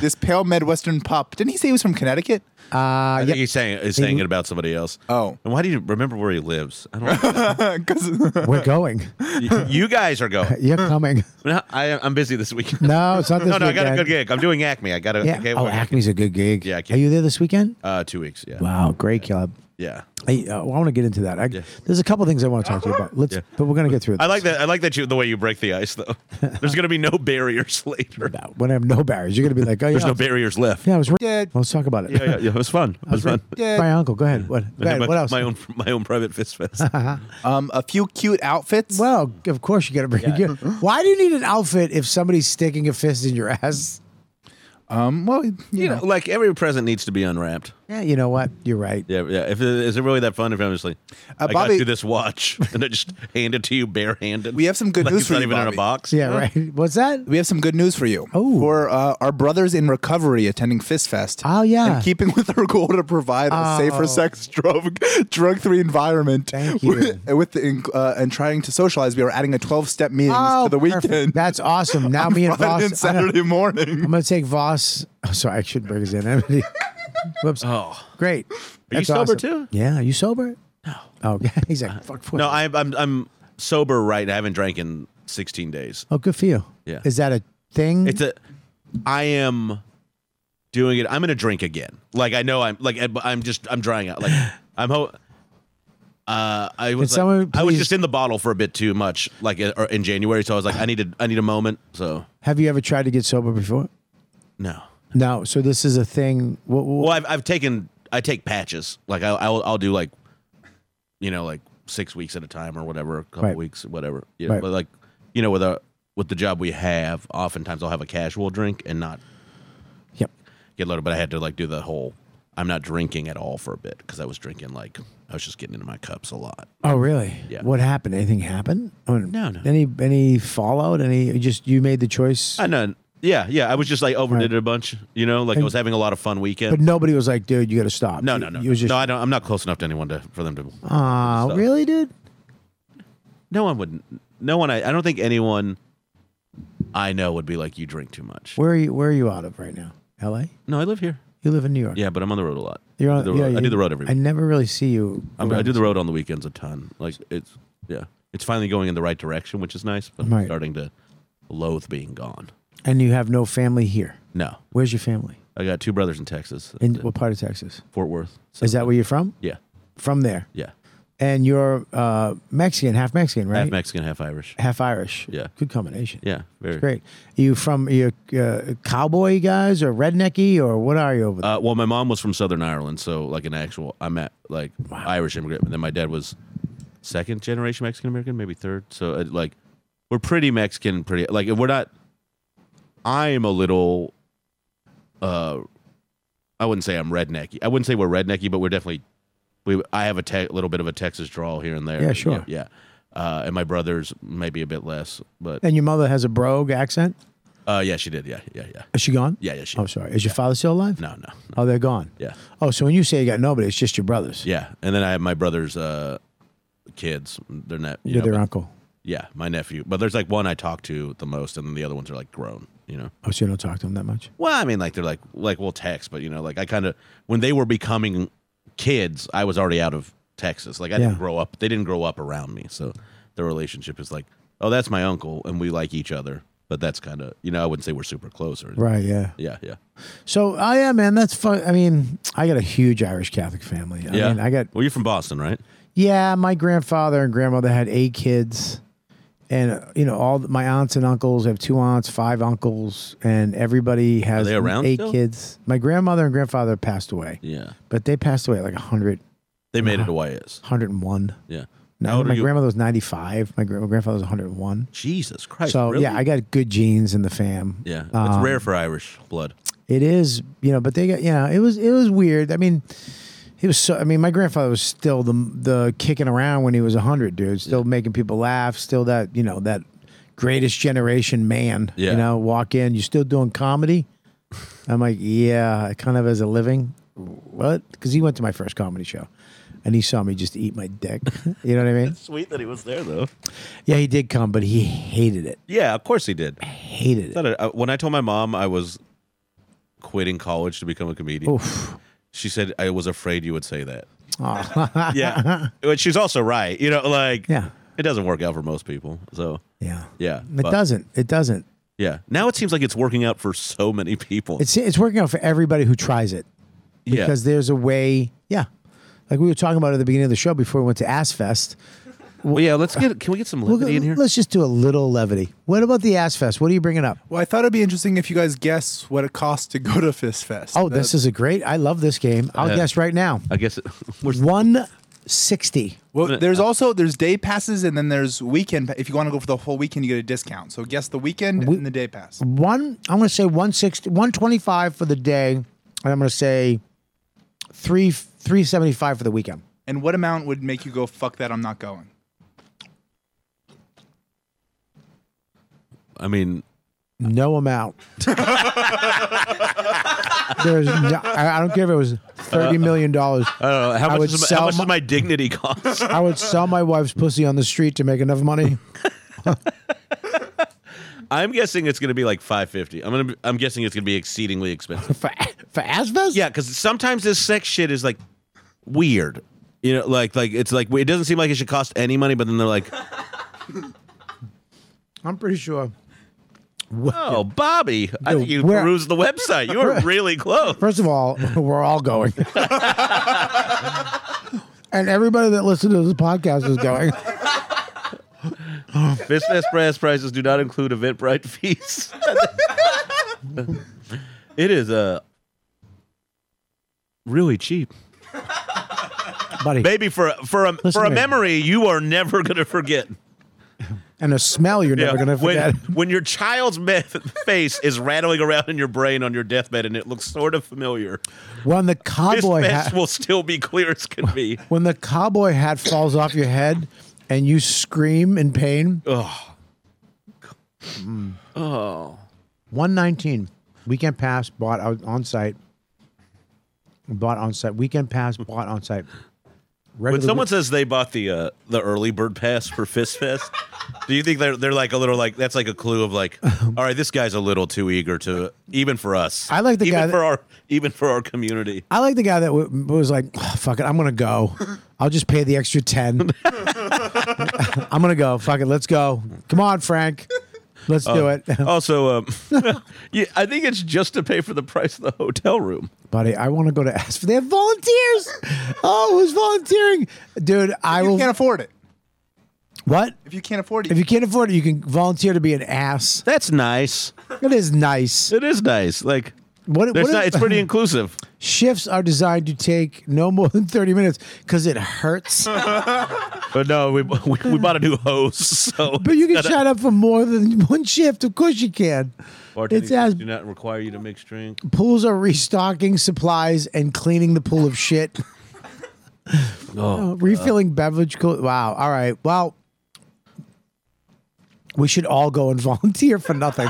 This pale Midwestern pup. Didn't he say he was from Connecticut? [LAUGHS] I think he's saying he's saying it about somebody else. Oh. and why do you remember where he lives? I don't. 'Cause- we're going you, you guys are [LAUGHS] going. you're coming No, I, I'm busy this weekend. no it's not [LAUGHS] this no, no, I got a weekend. good gig. I'm doing Acme. I got a yeah okay, oh well, Acme's a good gig Yeah, I are can't- you there this weekend Uh, two weeks. Yeah, wow great club yeah. I, uh, I want to get into that I, there's a couple things I want to talk to you about let's but we're gonna get through this. [LAUGHS] I like that. I like that you the way you break the ice though. There's gonna be no barriers [LAUGHS] later. when I have no barriers you're gonna be like oh There's yeah no barriers left. yeah I was right let's talk about it yeah, [LAUGHS] yeah, yeah. It was fun. It was fun. My uncle. Go ahead. What? I Go ahead. had my, what else? My own my own private fist [LAUGHS] fest. um, a few cute outfits. Well, of course you got to bring. your Why do you need an outfit if somebody's sticking a fist in your ass? Um, well, you, you know, know, like every present needs to be unwrapped. Yeah, you know what? You're right. Yeah, yeah. If it, is it really that fun? If I'm just like, I got Uh, Bobby- you this watch, [LAUGHS] and I just hand it to you barehanded. We have some good like news it's for not you, even in Bobby. a box. Yeah, right. What's that? we have some good news for you. Oh. For uh, our brothers in recovery attending Fist Fest. Oh, yeah. In keeping with our goal to provide a safer sex, drug, drug free environment. Thank you. With, with the, inc- uh, and trying to socialize, we are adding a 12 step meetings to the Oh, perfect. weekend. That's awesome. Now [LAUGHS] me and Friday Voss. and I don't- Saturday I'm morning. gonna take Voss. [LAUGHS] Oh, sorry, I shouldn't bring his [LAUGHS] name. Whoops. Oh. Great. you That's sober, awesome. too? Yeah. Are you sober? No. Oh, [LAUGHS] he's like fuck. fuck. No, I'm I'm I'm sober. Right, I haven't drank in 16 days. oh, good for you. Yeah. Is that a thing? It's a. I am doing it. I'm gonna drink again. Like I know I'm like I'm just I'm drying [SIGHS] out. Like I'm ho. Uh, I was like- someone I was please- just in the bottle for a bit too much, like uh, or in January. So I was like, I need a I need a moment. So Have you ever tried to get sober before? no. No. So this is a thing. What, what, Well, I've I've taken I take patches. Like I I'll, I'll do like, you know, like six weeks at a time or whatever, a couple Right. weeks, whatever. Yeah, Right. but like you know with a with the job we have, oftentimes I'll have a casual drink and not Yep. get loaded. But I had to like do the whole I'm not drinking at all for a bit because I was drinking like I was just getting into my cups a lot. Oh, really? Yeah. What happened? Anything happened? I mean, No, no. Any any fallout? Any? you Just you made the choice, I know. Yeah, yeah. I was just like overdid it a bunch. You know, like I was having a lot of fun but weekend. nobody was like, "Dude, you got to stop." No, You- no, no, You was just, Uh. no. I don't. I'm not close enough to anyone to for them to. Aw, stop. really, dude? No one would. No one. I, I don't think anyone I know would be like you drink too much. Where are you? Where are you out of right now? L.A. no, I live here. You live in New York. Yeah, but I'm on the road a lot. You're I on, do the road, yeah, I do you- the road every I week. never really see you. I'm- I, around. do the road on the weekends a ton. Like it's yeah, it's finally going in the right direction, which is nice. But Right. I'm starting to loathe being gone. And you have no family here. No, Where's your family? I got two brothers in Texas, In what part of Texas? Fort Worth. So, Is that where you're from? yeah, From there. yeah. And you're uh, Mexican, half Mexican, right? Half Mexican, half Irish. half Irish. Yeah. Good combination. Yeah, very Great. you from you uh, cowboy guys or rednecky or what are you over there? Uh, well, my mom was from Southern Ireland, so like an actual, I'm at like Irish immigrant, and then my dad was second generation Mexican American, maybe third. So uh, like, we're pretty Mexican, pretty like we're not. I am a little, uh, I wouldn't say I'm rednecky. I wouldn't say we're rednecky, but we're definitely we. I have a te- little bit of a Texas drawl here and there. Yeah, sure. Yeah, Uh, and my brother's maybe a bit less, but and your mother has a brogue accent. uh, yeah, she did. Yeah, yeah, yeah, Is she gone? yeah, yeah. She. I'm sorry. Is your father still alive? No, no, no. Oh, they're gone. Yeah. Oh, so when you say you got nobody, it's just your brothers. Yeah, and then I have my brother's uh, kids. They're not. You're their uncle. yeah, my nephew. But there's like one I talk to the most, and then the other ones are like grown. You know. Oh, so you don't talk to them that much? Well, I mean, like they're like like we'll text, but you know, like I kind of when they were becoming kids, I was already out of Texas. Like I Yeah. didn't grow up. They didn't grow up around me, so the relationship is like, oh, that's my uncle, and we like each other. But that's kind of you know, I wouldn't say we're super close or anything. Right. Yeah. Yeah, yeah, So, oh yeah, man, that's fun. I mean, I got a huge Irish Catholic family. I yeah. mean, I got Well, you're from Boston, right? Yeah, my grandfather and grandmother had eight kids, and uh, you know all th- my aunts and uncles I have two aunts, five uncles, and everybody has they around eight still? kids. My grandmother and grandfather passed away, Yeah. but they passed away at like 100, They made it to YS. 101. Yeah. No, How old are my you? grandmother was ninety five. My, gra- my grandfather was one hundred and one. Jesus Christ. So really? yeah, I got good genes in the fam. Yeah, it's Um, rare for Irish blood. It is, you know, but they got, you know, it was, it was weird. I mean, he was so, I mean, my grandfather was still the, the kicking around when he was 100, dude, still making people laugh, still that, you know, that greatest generation man, Yeah. you know, walk in, you still doing comedy? I'm like, yeah, kind of as a living. What? Because he went to my first comedy show and he saw me just eat my dick. [LAUGHS] you know what I [LAUGHS] mean? Sweet that he was there though. Yeah, he did come, but he hated it. Yeah, of course he did. Hated Thought it. I- uh, when I told my mom I was quitting college to become a comedian, she said I was afraid you would say that. [LAUGHS] yeah, but she's also right. You know, like Yeah. it doesn't work out for most people. So Yeah. yeah, It but- doesn't. It doesn't. Yeah, now it seems like it's working out for so many people. It's it's working out for everybody who tries it. yeah, because there's a way. Yeah, like we were talking about at the beginning of the show before we went to Ass Fest. well, yeah. Let's get. Can we get some We'll levity go- in here? Let's just do a little levity. What about the Ass Fest? What are you bringing up? Well, I thought it'd be interesting if you guys guess what it costs to go to Fist Fest. Oh, this is a great. I love this game. I'll Uh, guess right now. I guess it, [LAUGHS] we're One sixty. Well, there's also there's day passes and then there's weekend. pa- If you want to go for the whole weekend, you get a discount. So guess the weekend and the day pass. One. I'm going to say 160, 125 for the day, and I'm going to say three three seventy five for the weekend. And what amount would make you go fuck that? I'm not going. I mean, No amount. [LAUGHS] There's. No, I I don't care if it was thirty million dollars. I don't know. How I much, would is my, sell how much my- does my dignity cost? I would sell my wife's pussy on the street to make enough money. I'm guessing it's going to be like 550. I'm gonna. Be, I'm guessing it's going to be exceedingly expensive. For for [LAUGHS] Asbest? Yeah, because sometimes this sex shit is like weird. You know, like like it's like it doesn't seem like it should cost any money, but then they're [LAUGHS] like, I'm pretty sure. "Oh, Bobby, I Dude, think you where- perused the website. You [LAUGHS] were really close." First of all, [LAUGHS] we're all going. and everybody that listens to this podcast is going. Fist Fest brass prices do not include Eventbrite fees. [LAUGHS] it is uh, really cheap, Buddy. baby. For for a Listen for a to me. memory you are never gonna forget. And a smell you're never going to forget. When, [LAUGHS] when your child's me- face is rattling around in your brain on your deathbed and it looks sort of familiar, when the this cowboy mess hat will still be clear as can [LAUGHS] be. when the cowboy hat falls off your head and you scream in pain. Oh. Oh. 119. Weekend pass bought out on site. Bought on site. Weekend pass bought on site. When Regular- someone says they bought the uh, the early bird pass for Fist Fest, do you think they're they're like a little like that's like a clue of [LAUGHS] like, all right, this guy's a little too eager to even for us. I like the even guy that- for our even for our [LAUGHS] community. I like the guy that w- was like, "Oh, "Fuck it, I'm gonna go. I'll just pay [LAUGHS] the [LAUGHS] extra ten. I'm gonna go. Fuck it, let's go. Come on, Frank. Let's Oh. do it. also, um, [LAUGHS] yeah, I think it's just to pay for the price of the hotel room. Buddy, I want to go to [LAUGHS] ask for. They have volunteers. oh, who's volunteering? Dude, I You will. can't afford it. what? If you can't afford it, If you can't afford it, you can volunteer to be an ass. That's nice. That is nice. It is nice. Like What- there's what not- if- it's [LAUGHS] pretty inclusive. Shifts are designed to take no more than 30 minutes because [LAUGHS] it hurts. But no, [LAUGHS] we we, we bought a new hose, so But you can sign up for more than one shift. Of course you can. Bartending It's as- do not require you to mix drink. Pools are restocking supplies and cleaning the pool of shit. Oh, Uh, refilling beverage cool. Wow. All right. Well, we should all go and [LAUGHS] volunteer for nothing.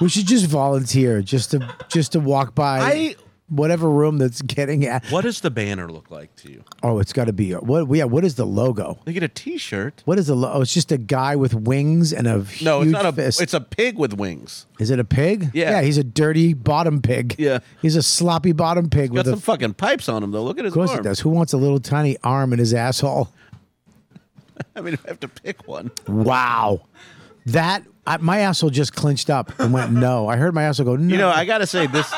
we should just volunteer just to just to walk by I- whatever room that's getting at. What does the banner look like to you? Oh, it's got to be what? Yeah. What is the logo? They get a T-shirt. What is the? Lo- oh, it's just a guy with wings and a No, huge it's not a. Fist. It's a pig with wings. Is it a pig? Yeah. he's a dirty bottom pig. Yeah. He's a sloppy bottom pig Got with a. some fucking pipes on him though. Look at his of course arm. it does. Who wants a little tiny arm in his asshole? I mean, I have to pick one. Wow. That. I, my asshole just clinched up and went no. I heard my asshole go no. You know, I gotta say [LAUGHS] this.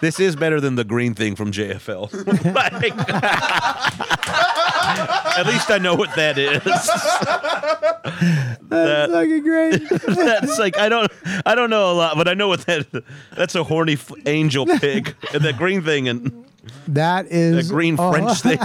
This is better than the green thing from [LAUGHS] JFL. Like- at least I know what that is. [LAUGHS] That's fucking great. [LAUGHS] That's like I don't I don't know a lot, but I know what that. That's a horny f- angel pig. And that green thing and That the is green [LAUGHS] oh, [LAUGHS] French thing.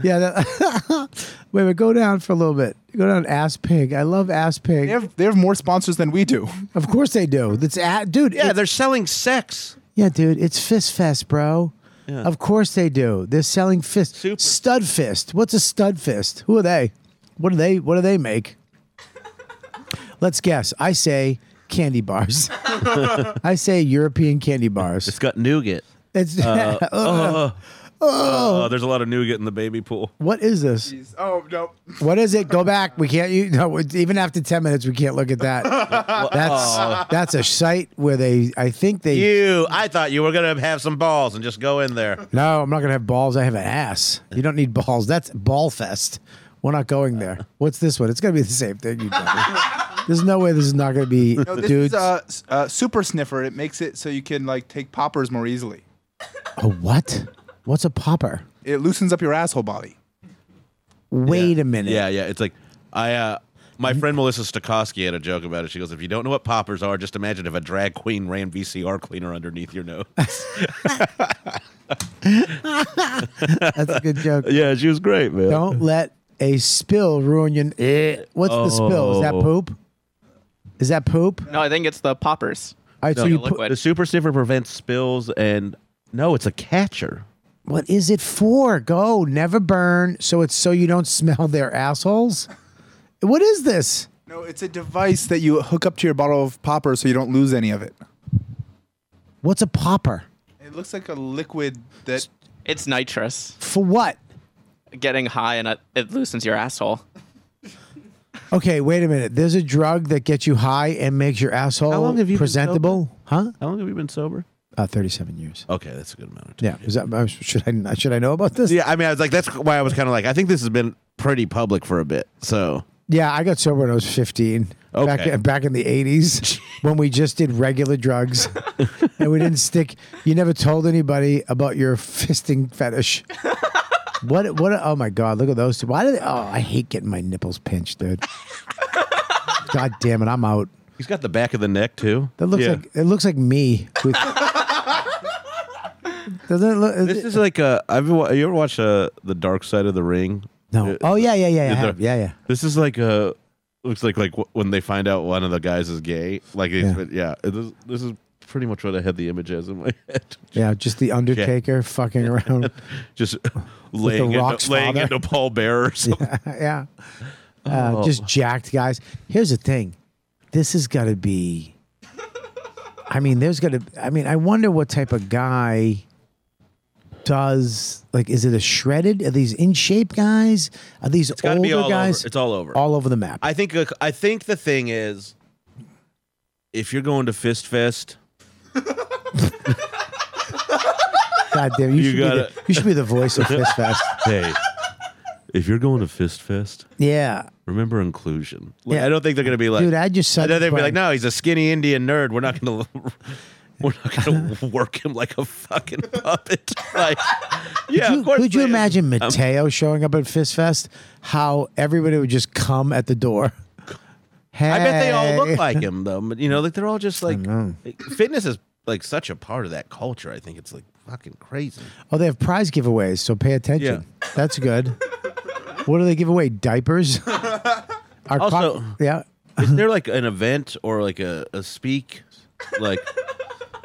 Yeah. That, [LAUGHS] wait, wait. Go down for a little bit. Go down, ass pig. I love ass pig. they have they have more sponsors than we do. Of course they do. That's at, dude. Yeah, it's- they're selling sex. Yeah, dude, it's fist fest, bro. Of course they do. They're selling fist Super. stud fist. What's a stud fist? Who are they? What do they what do they make? Let's guess. I say candy bars. [LAUGHS] I say European candy bars. It's got nougat. It's Uh, Oh, there's a lot of nougat in the baby pool. [LAUGHS] what is this? Oh no! What is it? Go back. We can't. You no. it's- Even after ten minutes, we can't look [LAUGHS] at that. That's that's a site where they. I think they. uh, You, I thought you were gonna have some balls and just go in there. No, I'm not gonna have balls. I have an ass. You don't need balls. That's ball fest. We're not going there. What's this one? It's gonna be the same thing. You [LAUGHS] dummy. There's no way this is not gonna be No, this dudes. is uh, s- uh, super sniffer. It makes it so you can like take poppers more easily. a what? What's a popper? It loosens up your asshole, Bobby. Wait a minute. yeah, yeah. It's like I uh, Mm-hmm. my friend Melissa Stokowski had a joke about it. She goes, "If you don't know what poppers are, just imagine if a drag queen ran VCR cleaner underneath your [LAUGHS] nose." That's a good [LAUGHS] joke. yeah, she was great, man. Don't let a spill ruin your. Eh. What's the spill? Is Oh. that Oh. poop? Is that poop? All No, I think it's the poppers. right. so The you put, liquid. The super sniffer prevents spills and no, it's a catcher. what is it for? Go never burn. So it's so you don't [LAUGHS] smell their assholes. What is this? No, it's a device that you hook up to your bottle of popper so you don't lose any of it. What's a popper? It looks like a liquid that It's nitrous. For what? Getting high and it, it loosens your asshole. Okay, wait a minute. There's a drug that gets you high and makes your asshole long have you been presentable, huh? How long have you been sober? Uh, Thirty-seven years. Okay, that's a good amount of time. Yeah. Is that uh, should I not- should I know about this? Yeah, I mean, I was like, that's why I was kind of like, I think this has been pretty public for a bit. So Yeah, I got sober when I was fifteen. Okay. Back, back in [LAUGHS] the '80s, when we just did regular drugs, and we didn't stick. You never told anybody about your fisting [LAUGHS] fetish. What? What? Oh my God! Look at those two. Why do they? Oh, I hate getting my nipples [LAUGHS] pinched, dude. God damn it! I'm out. he's got the back of the neck too. That looks Yeah. like it looks like me. With, doesn't it look? This is like a. I've wa- you ever watched uh, the Dark Side of the Ring? no. Oh yeah, yeah, yeah, yeah. I Is there- have. yeah, yeah. This is like a. Looks like like wh- when they find out one of the guys is gay. Like Yeah. yeah, yeah it is- this is pretty much what I had the image as in my [LAUGHS] head. Yeah, just the Undertaker fucking around. Just [LAUGHS] laying Rock's into, laying father. into Paul Bearer. Or something. [LAUGHS] yeah. Uh, Just jacked guys. Here's the thing. This has got to be. I mean, there's got to. I mean, I wonder what type of guy does like. Is it a shredded? Are these in shape guys? Are these gotta older be all over. guys? It's all over. All over the map. I think I think the thing is, If you're going to Fist Fest, God damn, you, You should gotta- be the, you should be the voice of Fist Fest. hey, if you're going to Fist Fest, Yeah. Remember inclusion. Like, Yeah. I don't think they're going to be like. Dude, I just said I know they'd be Brian- like, no, he's a skinny Indian nerd. We're not going to. [LAUGHS] We're not going to work him like a fucking puppet. [LAUGHS] Like, yeah, could of you, course Um, could you they- imagine Mateo showing up at Fist Fest? How everybody would just come at the door. [LAUGHS] Hey. I bet they all look like him, though. But, You know, like they're all just like like, fitness is like such a part of that culture. I think it's like fucking [LAUGHS] crazy. Oh, they have prize giveaways, so pay attention. That's good. what do they give away? [LAUGHS] Diapers? Our co- Also- yeah. Is there like an event or like a, a speak? Like,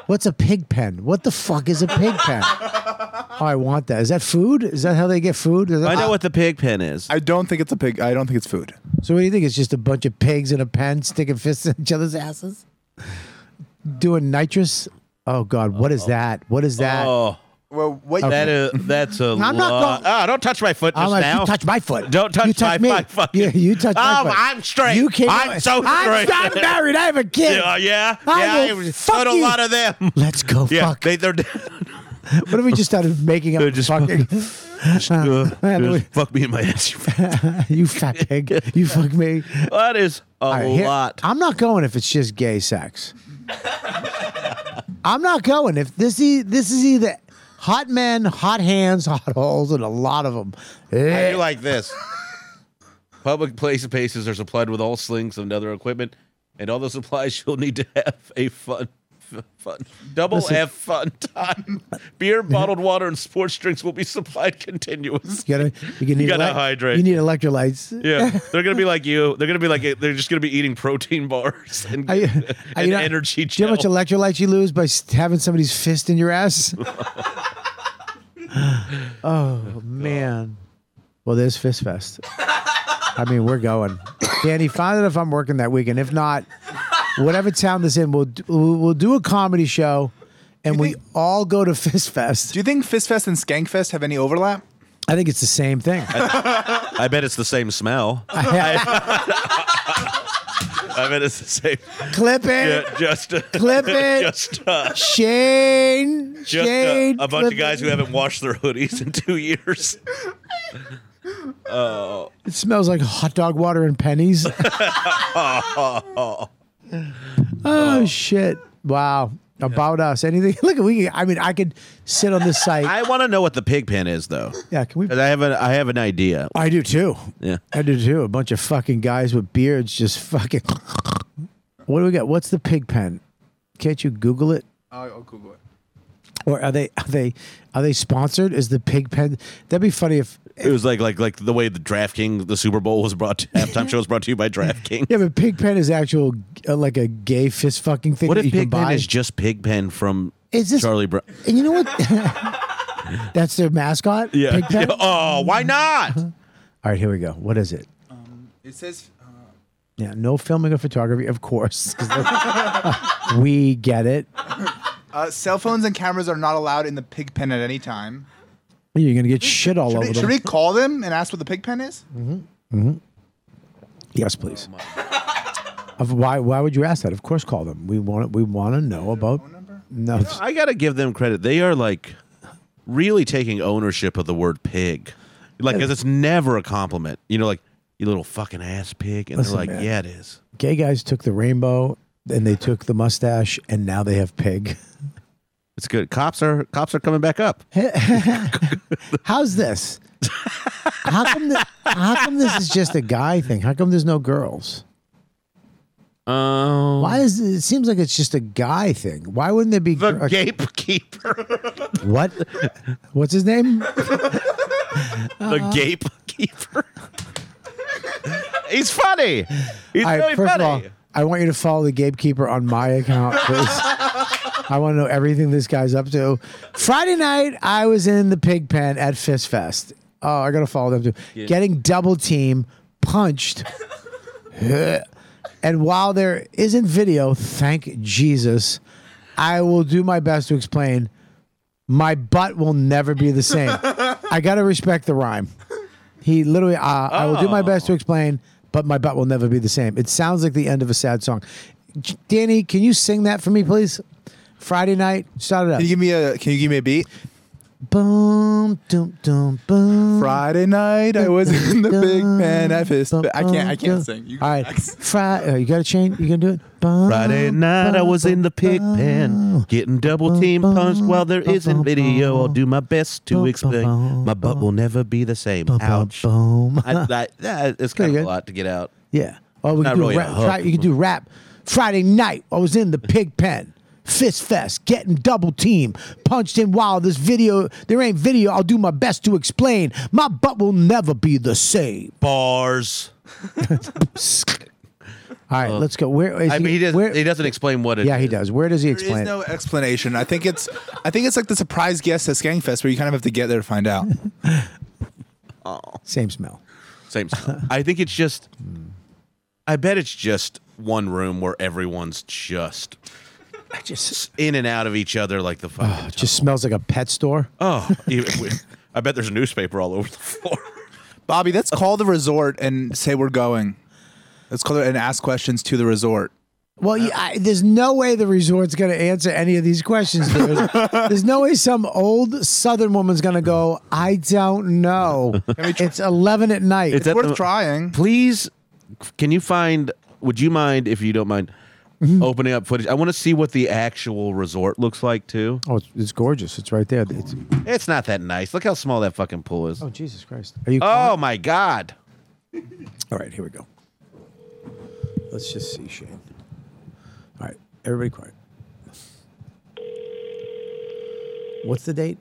What's a pig pen? What the fuck is a pig pen? oh, I want that. Is that food? Is that how they get food? Is that- I know what the pig pen is. I don't think it's a pig. I don't think it's food. So what do you think? It's just a bunch of pigs in a pen sticking fists in each other's asses, doing nitrous. Oh God, what is that? What is that? oh, Well, what? that is that's a not lot. going- Ah, don't touch my foot just I'm like, now. you touch my foot. Don't touch you touch my me. fuck- fucking- Yeah, you touch my Oh, foot. I'm straight. You can't. I'm so I'm, straight. I'm married. I have a kid. yeah, yeah, I yeah. will I've fuck done a you. lot of them. Let's go. Yeah, Fuck. they, they're [LAUGHS] what if we just started making up They're just fucking? Uh, [LAUGHS] man, [LAUGHS] just we- fuck me in my ass. you fat- [LAUGHS] you fat pig. You [LAUGHS] fuck me. That is a All right, here- lot. I'm not going if it's just gay sex. [LAUGHS] I'm not going if this e- this is either hot men, hot hands, hot holes, and a lot of them. I do like [LAUGHS] this. Public place spaces are supplied with all slings and other equipment, and all the supplies [LAUGHS] you'll need to have a fun, f- fun double Listen. F fun time. [LAUGHS] Beer, bottled water, and sports drinks will be supplied continuous. You gotta, [LAUGHS] you, can need gotta elec- hydrate. You need [LAUGHS] electrolytes. Yeah, they're gonna be like you. They're gonna be like they're just gonna be eating protein bars and, Are you- are and you not- energy Do you know gel. how much electrolytes you lose by s- having somebody's fist in [LAUGHS] your ass? [LAUGHS] oh man. Well, there's Fist Fest. I mean, we're going. Danny, find out if I'm working that weekend. If not, whatever town this in, we'll d- we'll we'll do a comedy show, and we think- all go to Fist Fest. Do you think Fist Fest and Skank Fest have any overlap? I think it's the same thing. [LAUGHS] I bet it's the same smell. [LAUGHS] I bet it's the same. Clip it, Yeah, just [LAUGHS] clip it. Just uh, Shane. just a, Shane, a bunch of clip guys it. who haven't washed their hoodies in two years. It smells like hot dog water and [LAUGHS] pennies. oh, Oh, shit! Wow. About us, anything? [LAUGHS] Look, we. I mean, I could sit on this [LAUGHS] site. I want to know what the pig pen is, though. yeah, can we? 'Cause I have an I have an idea. I do too. Yeah, I do too. A bunch of fucking guys with beards just fucking. [LAUGHS] What do we got? What's the pig pen? Can't you Google it? I'll Google it. Or are they are they are they sponsored? Is the pig pen? That'd be funny if it was like like like the way the DraftKings the Super Bowl was brought to, halftime show was brought to you by DraftKings. [LAUGHS] yeah, but pig pen is actual uh, like a gay fist fucking thing. What that if you can pig pen buy. is just pig pen from Is this- Charlie Brown? And you know what? [LAUGHS] That's their mascot. Yeah. Pig pen? [LAUGHS] All Oh, why not? right, here we go. What is it? It says Yeah, no filming or photography, of course. [LAUGHS] 'cause they're- we get it. uh, cell phones and cameras are not allowed in the pig pen at any time. You're gonna get shit all Should over we, them. should we call them and ask what the pig pen is? Yes, please. Of why? Why would you ask that? Of course, call them. We want. We want to know about. No, I gotta give them credit. They are like really taking ownership of the word pig, like because it's never a compliment. You know, like you little fucking ass pig, and Listen, they're like, man. yeah, it is. gay guys took the rainbow, and they took the mustache, and now they have pig. It's good. Cops are cops are coming back up. How's this? How come? The, how come this is just a guy thing? How come there's no girls? Um, Why is it, it seems like it's just a guy thing? Why wouldn't there be the gr- gatekeeper, what? What's his name? Uh-huh. the gatekeeper. He's funny. He's All right, really first funny. of all, I want you to follow the gatekeeper on my account, [LAUGHS] please. I want to know everything this guy's up to. Friday night, I was in the pig pen at Fist Fest. Oh, I gotta follow them too. Getting double team [LAUGHS] punched. and while there isn't video, thank Jesus, I will do my best to explain. My butt will never be the same. I gotta respect the rhyme. He literally, uh, I will do my best to explain, but my butt will never be the same. It sounds like the end of a sad song. J- Danny, can you sing that for me, please? Friday night, start it up. Can you give me a Can you give me a beat? Boom, dum, dum, boom. Friday night, I was in the big man at fist. Dum, I can't. I dum, can't sing. You All right, Friday. you got a chain? You gonna do it? Bum, Friday night, I was in the pig pen, getting double team punched. While there isn't video, I'll do my best to explain. My butt will never be the same. bum, Ouch. Boom. I, [LAUGHS] I, that, it's kind of Pretty a good. lot to get out. Yeah. Or we Not could do really a rap. hook. Try, you could do rap. Friday night, I was in the pig pen. Fist fest, getting double team, punched in wild. This video, there ain't video. I'll do my best to explain. My butt will never be the same. Bars. All right, let's go. Where is I mean, he doesn't. where- he doesn't explain what it. yeah, he is. does. Where does he There explain? is it? no explanation. I think it's. I think it's like the surprise guest at Skangfest, where you kind of have to get there to [LAUGHS] find out. Same smell. [LAUGHS] Same. smell. I think it's just. I bet it's just one room where everyone's just I just in and out of each other like the fucking. it just smells like a pet store. [LAUGHS] Oh, even- I bet there's a newspaper all over the [LAUGHS] floor. Bobby, let's call the resort and say we're going. Let's call it and ask questions to the resort. Well, yeah, I, there's no way the resort's going to answer any of these questions. Dude. [LAUGHS] there's no way some old Southern woman's going to go. I don't [LAUGHS] know. It's eleven at night. It's at Worth the- trying. Please, can you find? Would you mind if you don't mind opening up footage? I want to see what the actual resort looks like too. oh, it's, it's gorgeous. It's right there. It's, It's not that nice. Look how small that fucking pool is. oh Jesus Christ! Are you? Oh my god. All right, here we go. Let's just see, Shane. All right, everybody, quiet. What's the date?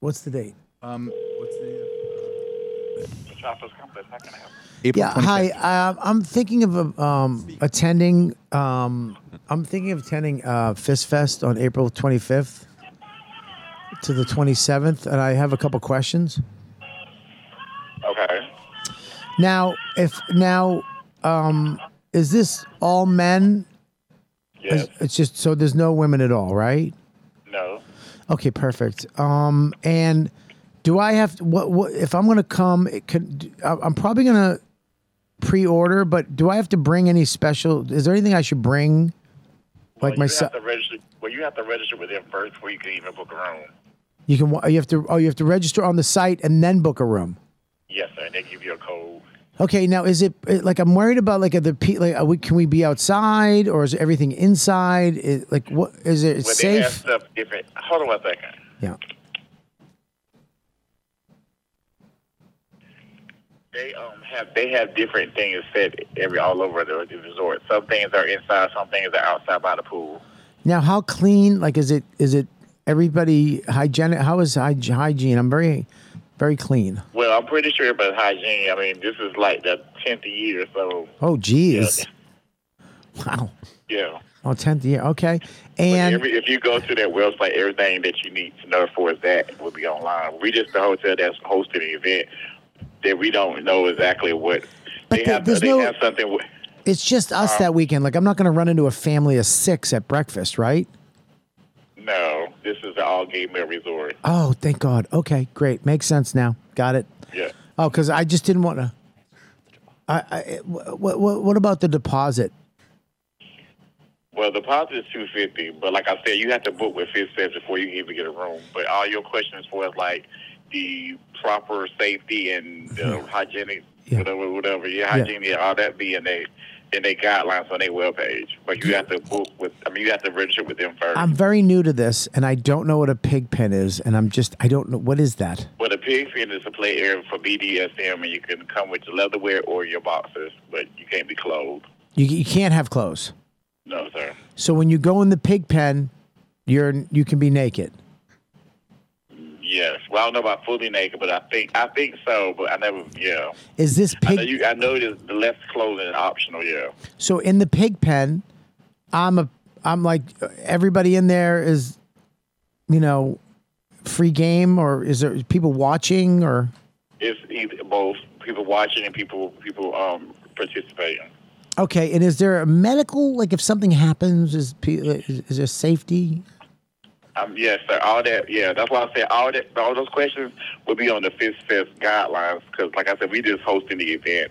What's the date? Um, what's the Yeah, hi. Uh, I'm thinking of um, attending. Um, I'm thinking of attending uh, Fist Fest on April 25th to the 27th, and I have a couple questions. Okay. Now, if now, um, is this all men? Yes. It's- It's just so there's no women at all, right? No. Okay, perfect. Um, and do I have what? What if I'm gonna come? It could, I- I'm probably gonna pre-order, but do I have to bring any special? Is there anything I should bring? Like well, my you myself, have to register. Well, you have to register with them first before you can even book a room. you can. wa- You have to. Oh, you have to register on the site and then book a room. Yes, sir. And they give you a code. Okay, now is it it- like I'm worried about like the pe- like are we, can we be outside or is everything inside? Is, like what is it Well, they have safe? stuff different. Hold on one second. Yeah. They um have they have different things set every all over the, the resort. Some things are inside, some things are outside by the pool. Now, how clean? Like, is it is it everybody hygienic? How is hy- hygiene? I'm very, very clean. Well, I'm pretty sure about hygiene. I mean, this is like the tenth year, so Oh, geez. Wow. yeah. Oh, 10th year. Okay. And And Every, if you go to their website, everything that you need to know for that will be online. We just the hotel that's hosting the event that we don't know exactly what But they there- have. there's they no- have something. With, it's just us that weekend. Like, I'm not going to run into a family of six at breakfast, right? no, this is an all gay male resort. Oh, thank God. Okay, great. Makes sense now. Got it. Yeah. Oh, because I just didn't want to. I, I, what, what, what about the deposit? Well, the deposit is two fifty, but like I said, you have to book with Fifth Steps before you can even get a room. But all your questions for is like the proper safety and uh, hygienic, Yeah. whatever, whatever, yeah, hygiene, yeah. all that be in they in their guidelines on their webpage. But you have to book with. I mean, you have to register with them 1st I'm very new to this, and I don't know what a pig pen is, and I'm just, I don't know. What is that? Well, the pig pen is a play area for BDSM, and you can come with your leatherware or your boxers, but you can't be clothed. You, you can't have clothes. No, sir. So when you go in the pig pen, you're you can be naked. Yes. Well, I don't know about fully naked, but I think I think so. But I never. Yeah. Is this I know pig? you. I know this, the less clothing is optional. Yeah. so in the pig pen, I'm a I'm like everybody in there is, you know, free game or is there people watching or It's either both people watching and people people um participating. okay? And is there a medical like if something happens is pe- is, is there safety? Um, yes, sir. All that, yeah. That's why I said all that. All those questions will be on the Fist Fest guidelines because, like I said, we just hosting the event,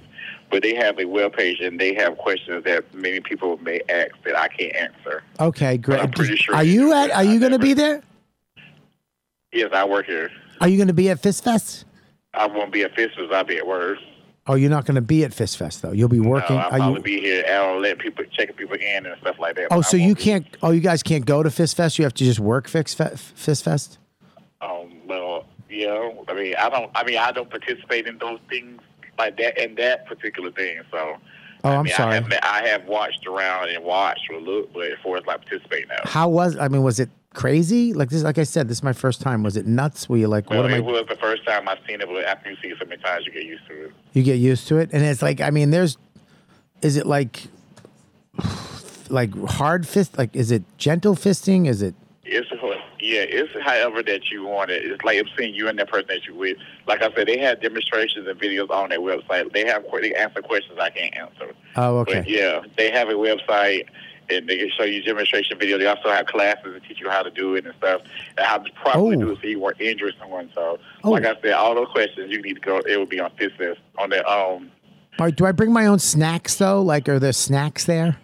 but they have a web page and they have questions that many people may ask that I can't answer. Okay, great. I'm pretty sure Are you you do at? that. Are I you going to never- be there? Yes, I work here. Are you going to be at Fist Fest? I won't be at Fisher's. I'll be at work. Oh, you're not going to be at Fist Fest though. You'll be So working. I'll Are probably you? be here. I'll let people checking people in and stuff like that. Oh, but I so you won't be- can't. Oh, you guys can't go to Fist Fest. You have to just work Fix Fe- Fist Fest. Um, well, yeah. I mean, I don't. I mean, I don't participate in those things like that and that particular thing. So. Oh, I I'm mean, I sorry. have, I have watched around and watched or looked, but as far as like participating now. How was? I mean, was it crazy? Like this? Like I said, this is my first time. Was it nuts? Were you like, Well, what am I? it was the first time I've seen it, but after you see it so many times, you get used to it. you get used to it and it's like i mean there's is it like like hard fist like is it gentle fisting is it It's yeah, it's however that you want it. It's like it's seeing you and that person that you with. Like I said, they had demonstrations and videos on their website. They have they answer questions I can't answer. oh But okay yeah, they have a website and they can show you demonstration video. They also have classes that teach you how to do it and stuff, and how to properly Oh. do it so you won't injure someone. So, Oh. like I said, all those questions you need to go. It will be on this list on their own. all right do i bring my own snacks though like are there snacks there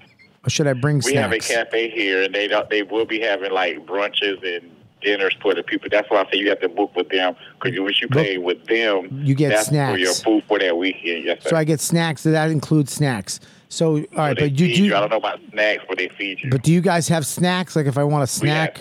or should i bring We have a snacks cafe here, and they don't, they will be having like brunches and dinners for the people. That's why I say you have to book with them because once you pay with them, You get that's for your snacks. food for that weekend. Yes, sir. so i get snacks so that includes snacks so all right They but you feed do I don't know about snacks, but they feed you. but do you guys have snacks like if i want a We have- snack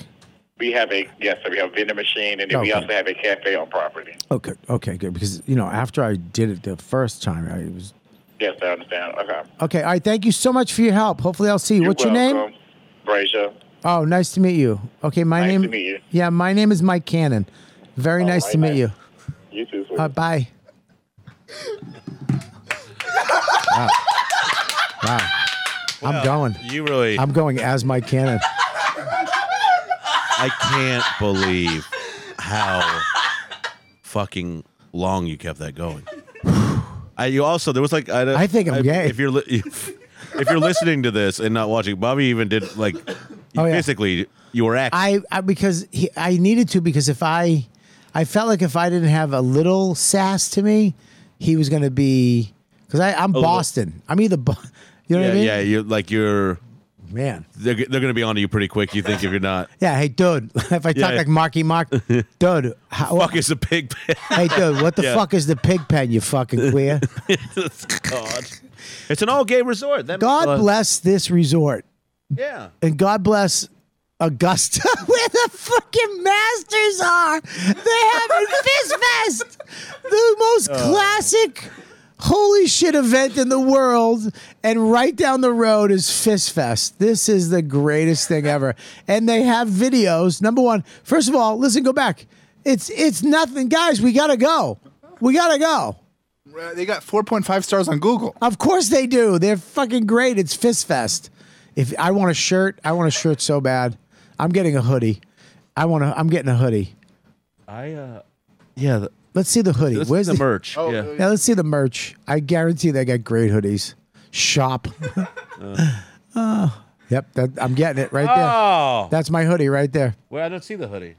We have a yes, sir. We have a vending machine, and then we Okay. also have a cafe on property. okay okay good because you know after i did it the first time i was Yes, I understand. Okay. okay all right thank you so much for your help hopefully i'll see you You're what's your name welcome. Brazier. Oh, nice to meet you. Okay, my Nice name. to meet you. Oh, Yeah, my name is Mike Cannon. Very nice right, to meet nice. you. You too. sweetie. Uh, [LAUGHS] bye. wow. wow. I'm going. You really, I'm going as Mike Cannon. I can't believe how fucking long you kept that going. [SIGHS] I, you also there was like I, don't- I think I'm if- gay. If you're li- [LAUGHS] if, if you're listening to this and not watching, Bobby even did like Oh, yeah. basically you were acting. I, I because he, I needed to because if I, I felt like if I didn't have a little sass to me, he was going to be because I'm little- Boston. I'm either, Bo- [LAUGHS] you know yeah, what I mean? yeah, you're like you're man. they're they're gonna be onto you pretty quick. You think if you're [LAUGHS] not, Yeah, hey dude, if I talk Yeah. like [LAUGHS] Marky Mark, dude, how, fuck is a pig. pen. Hey, dude, what [LAUGHS] the Yeah. fuck is the pig pen, you fucking [LAUGHS] queer? God, [LAUGHS] it's an all gay resort. That God uh, bless this resort. Yeah, And God bless Augusta, [LAUGHS] where the fucking masters are. They're having Fist Fest, the most classic, holy shit event in the world. And right down the road is Fist Fest. This is the greatest thing ever. And they have videos. Number one, first of all, listen, go back. It's it's nothing, guys. We gotta go. We gotta go. Uh, They got 4.5 stars on Google. Of course they do. They're fucking great. It's Fist Fest. If I want a shirt, I want a shirt so bad. I'm getting a hoodie. I want to. I'm getting a hoodie. I uh, yeah. The, Let's see the hoodie. this Where's is the merch? Oh, yeah. Yeah, let's see the merch. I guarantee they got great hoodies. [LAUGHS] Shop. [LAUGHS] Oh, yep, that, I'm getting it right there. Uh. Oh, That's my hoodie right there. well, I don't see the hoodie.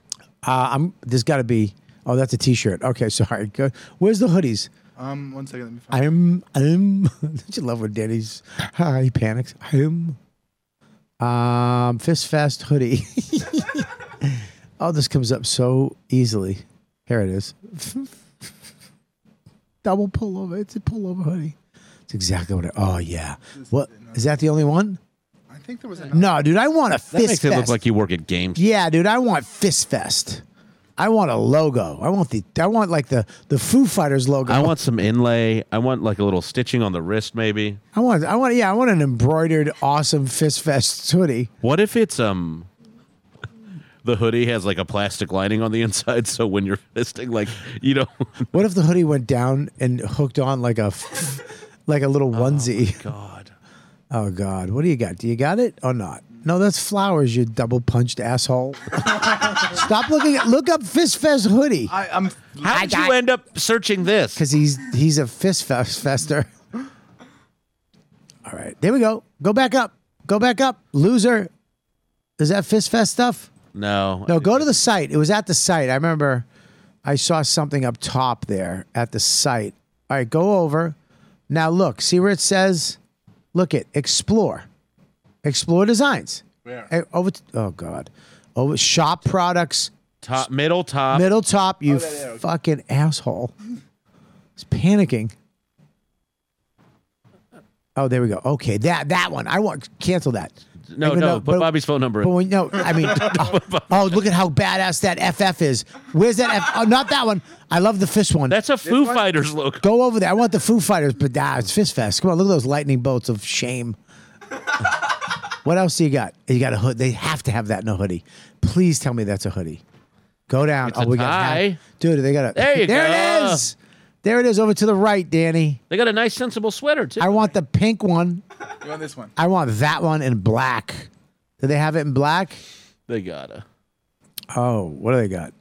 Uh, I'm. There's got to be. Oh, that's a T-shirt. Okay, [LAUGHS] sorry. Go- Where's the hoodies? Um, one second, let me find. I'm I'm. [LAUGHS] Don't you love when Danny's? Ah, he panics. I'm. Um, fist fast hoodie. [LAUGHS] oh, this comes up so easily. Here it is. [LAUGHS] Double pullover. It's a pullover hoodie. It's exactly what. It, oh yeah. What is that? The only one? I think there was another. No, dude. I want a That fist makes fest. it look like you work at games. Yeah, dude, I want Fist Fest. I want a logo. I want the I want like the the Foo Fighters logo. I want some inlay. I want like a little stitching on the wrist, maybe. I want I want yeah, I want an embroidered awesome Fist Fest [LAUGHS] hoodie. What if it's um, the hoodie has like a plastic lining on the inside, [LAUGHS] so when you're fisting, like you know, [LAUGHS] What if the hoodie went down and hooked on like a f- [LAUGHS] like a little onesie? Oh [LAUGHS] God, Oh, god. What do you got? Do you got it or not? No, that's flowers, you double punched asshole. [LAUGHS] Stop looking at look up Fist Fest hoodie I, I'm. how did you end up searching this? cuz he's he's a Fist Fest fester. All right. There we go. Go back up. Go back up. Loser. Is that Fist Fest stuff? No, No, go to the site. It was at the site. I remember I saw something up top there at the site. All right, go over. Now look, see where it says, look it, explore. Eh, Explore designs. Where? Over to, oh God. Over shop products, top, middle, top. Oh, Middle top, you fucking asshole. It's panicking. Oh, there we go. Okay, that that one. I want cancel that. No, Even no. though- put Bobby's phone number. But In. when, no, [LAUGHS] I mean, oh, oh, look at how badass that FF is. Where's that F? Oh, not that one. I love the fist one. That's a Foo Fighters logo. Go over there. I want the Foo Fighters, but ah, it's Fist Fest. Come on, look at those lightning bolts of shame. [LAUGHS] what else do you got? You got a hood. They have to have that in a hoodie. Please tell me that's a hoodie. Go down. It's oh, a we got tie. half- dude. They got a. There you There go. it is. There it is. Over to the right, Danny. They got a nice, sensible sweater too. I want the pink one. You want this one? I want that one in black. Do they have it in black? they gotta. Oh, what do they got?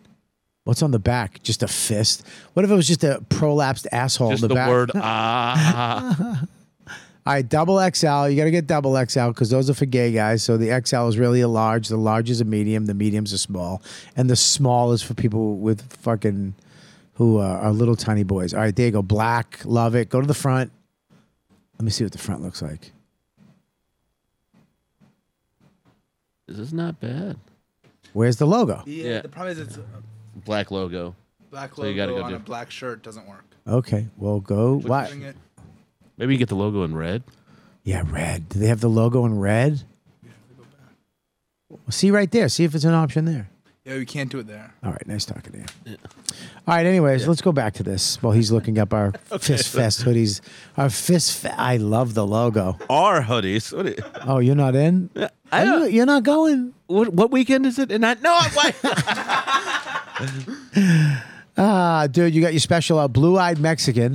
What's on the back? Just a fist. What if it was just a prolapsed asshole Just in the, the, back? [LAUGHS] word ah. All right, double XL. You got to get double XL because those are for gay guys. So the XL is really a large. The large is a medium. The medium's a small, and the small is for people with fucking who uh, are little tiny boys. All right, there you go. Black, love it. Go to the front. Let me see what the front looks like. this is not bad. Where's the logo? Yeah, Yeah. The problem is it's a Black logo. black you gotta logo go on do- a black shirt doesn't work. Okay, well go. Why? Doing it- Maybe you get the logo in red. Yeah, red. Do they have the logo in red? See right there. See if it's an option there. Yeah, you can't do it there. All right, nice talking to you. All right, anyways, let's go back to this while he's looking up [LAUGHS] our Fist Fest hoodies. Our Fist Fe- I love the logo. Our hoodies. What, i- Oh, you're not in? Are you, you're not going. what, what weekend is it? And I no, why? Ah, dude, you got your special uh, Blue Eyed Mexican.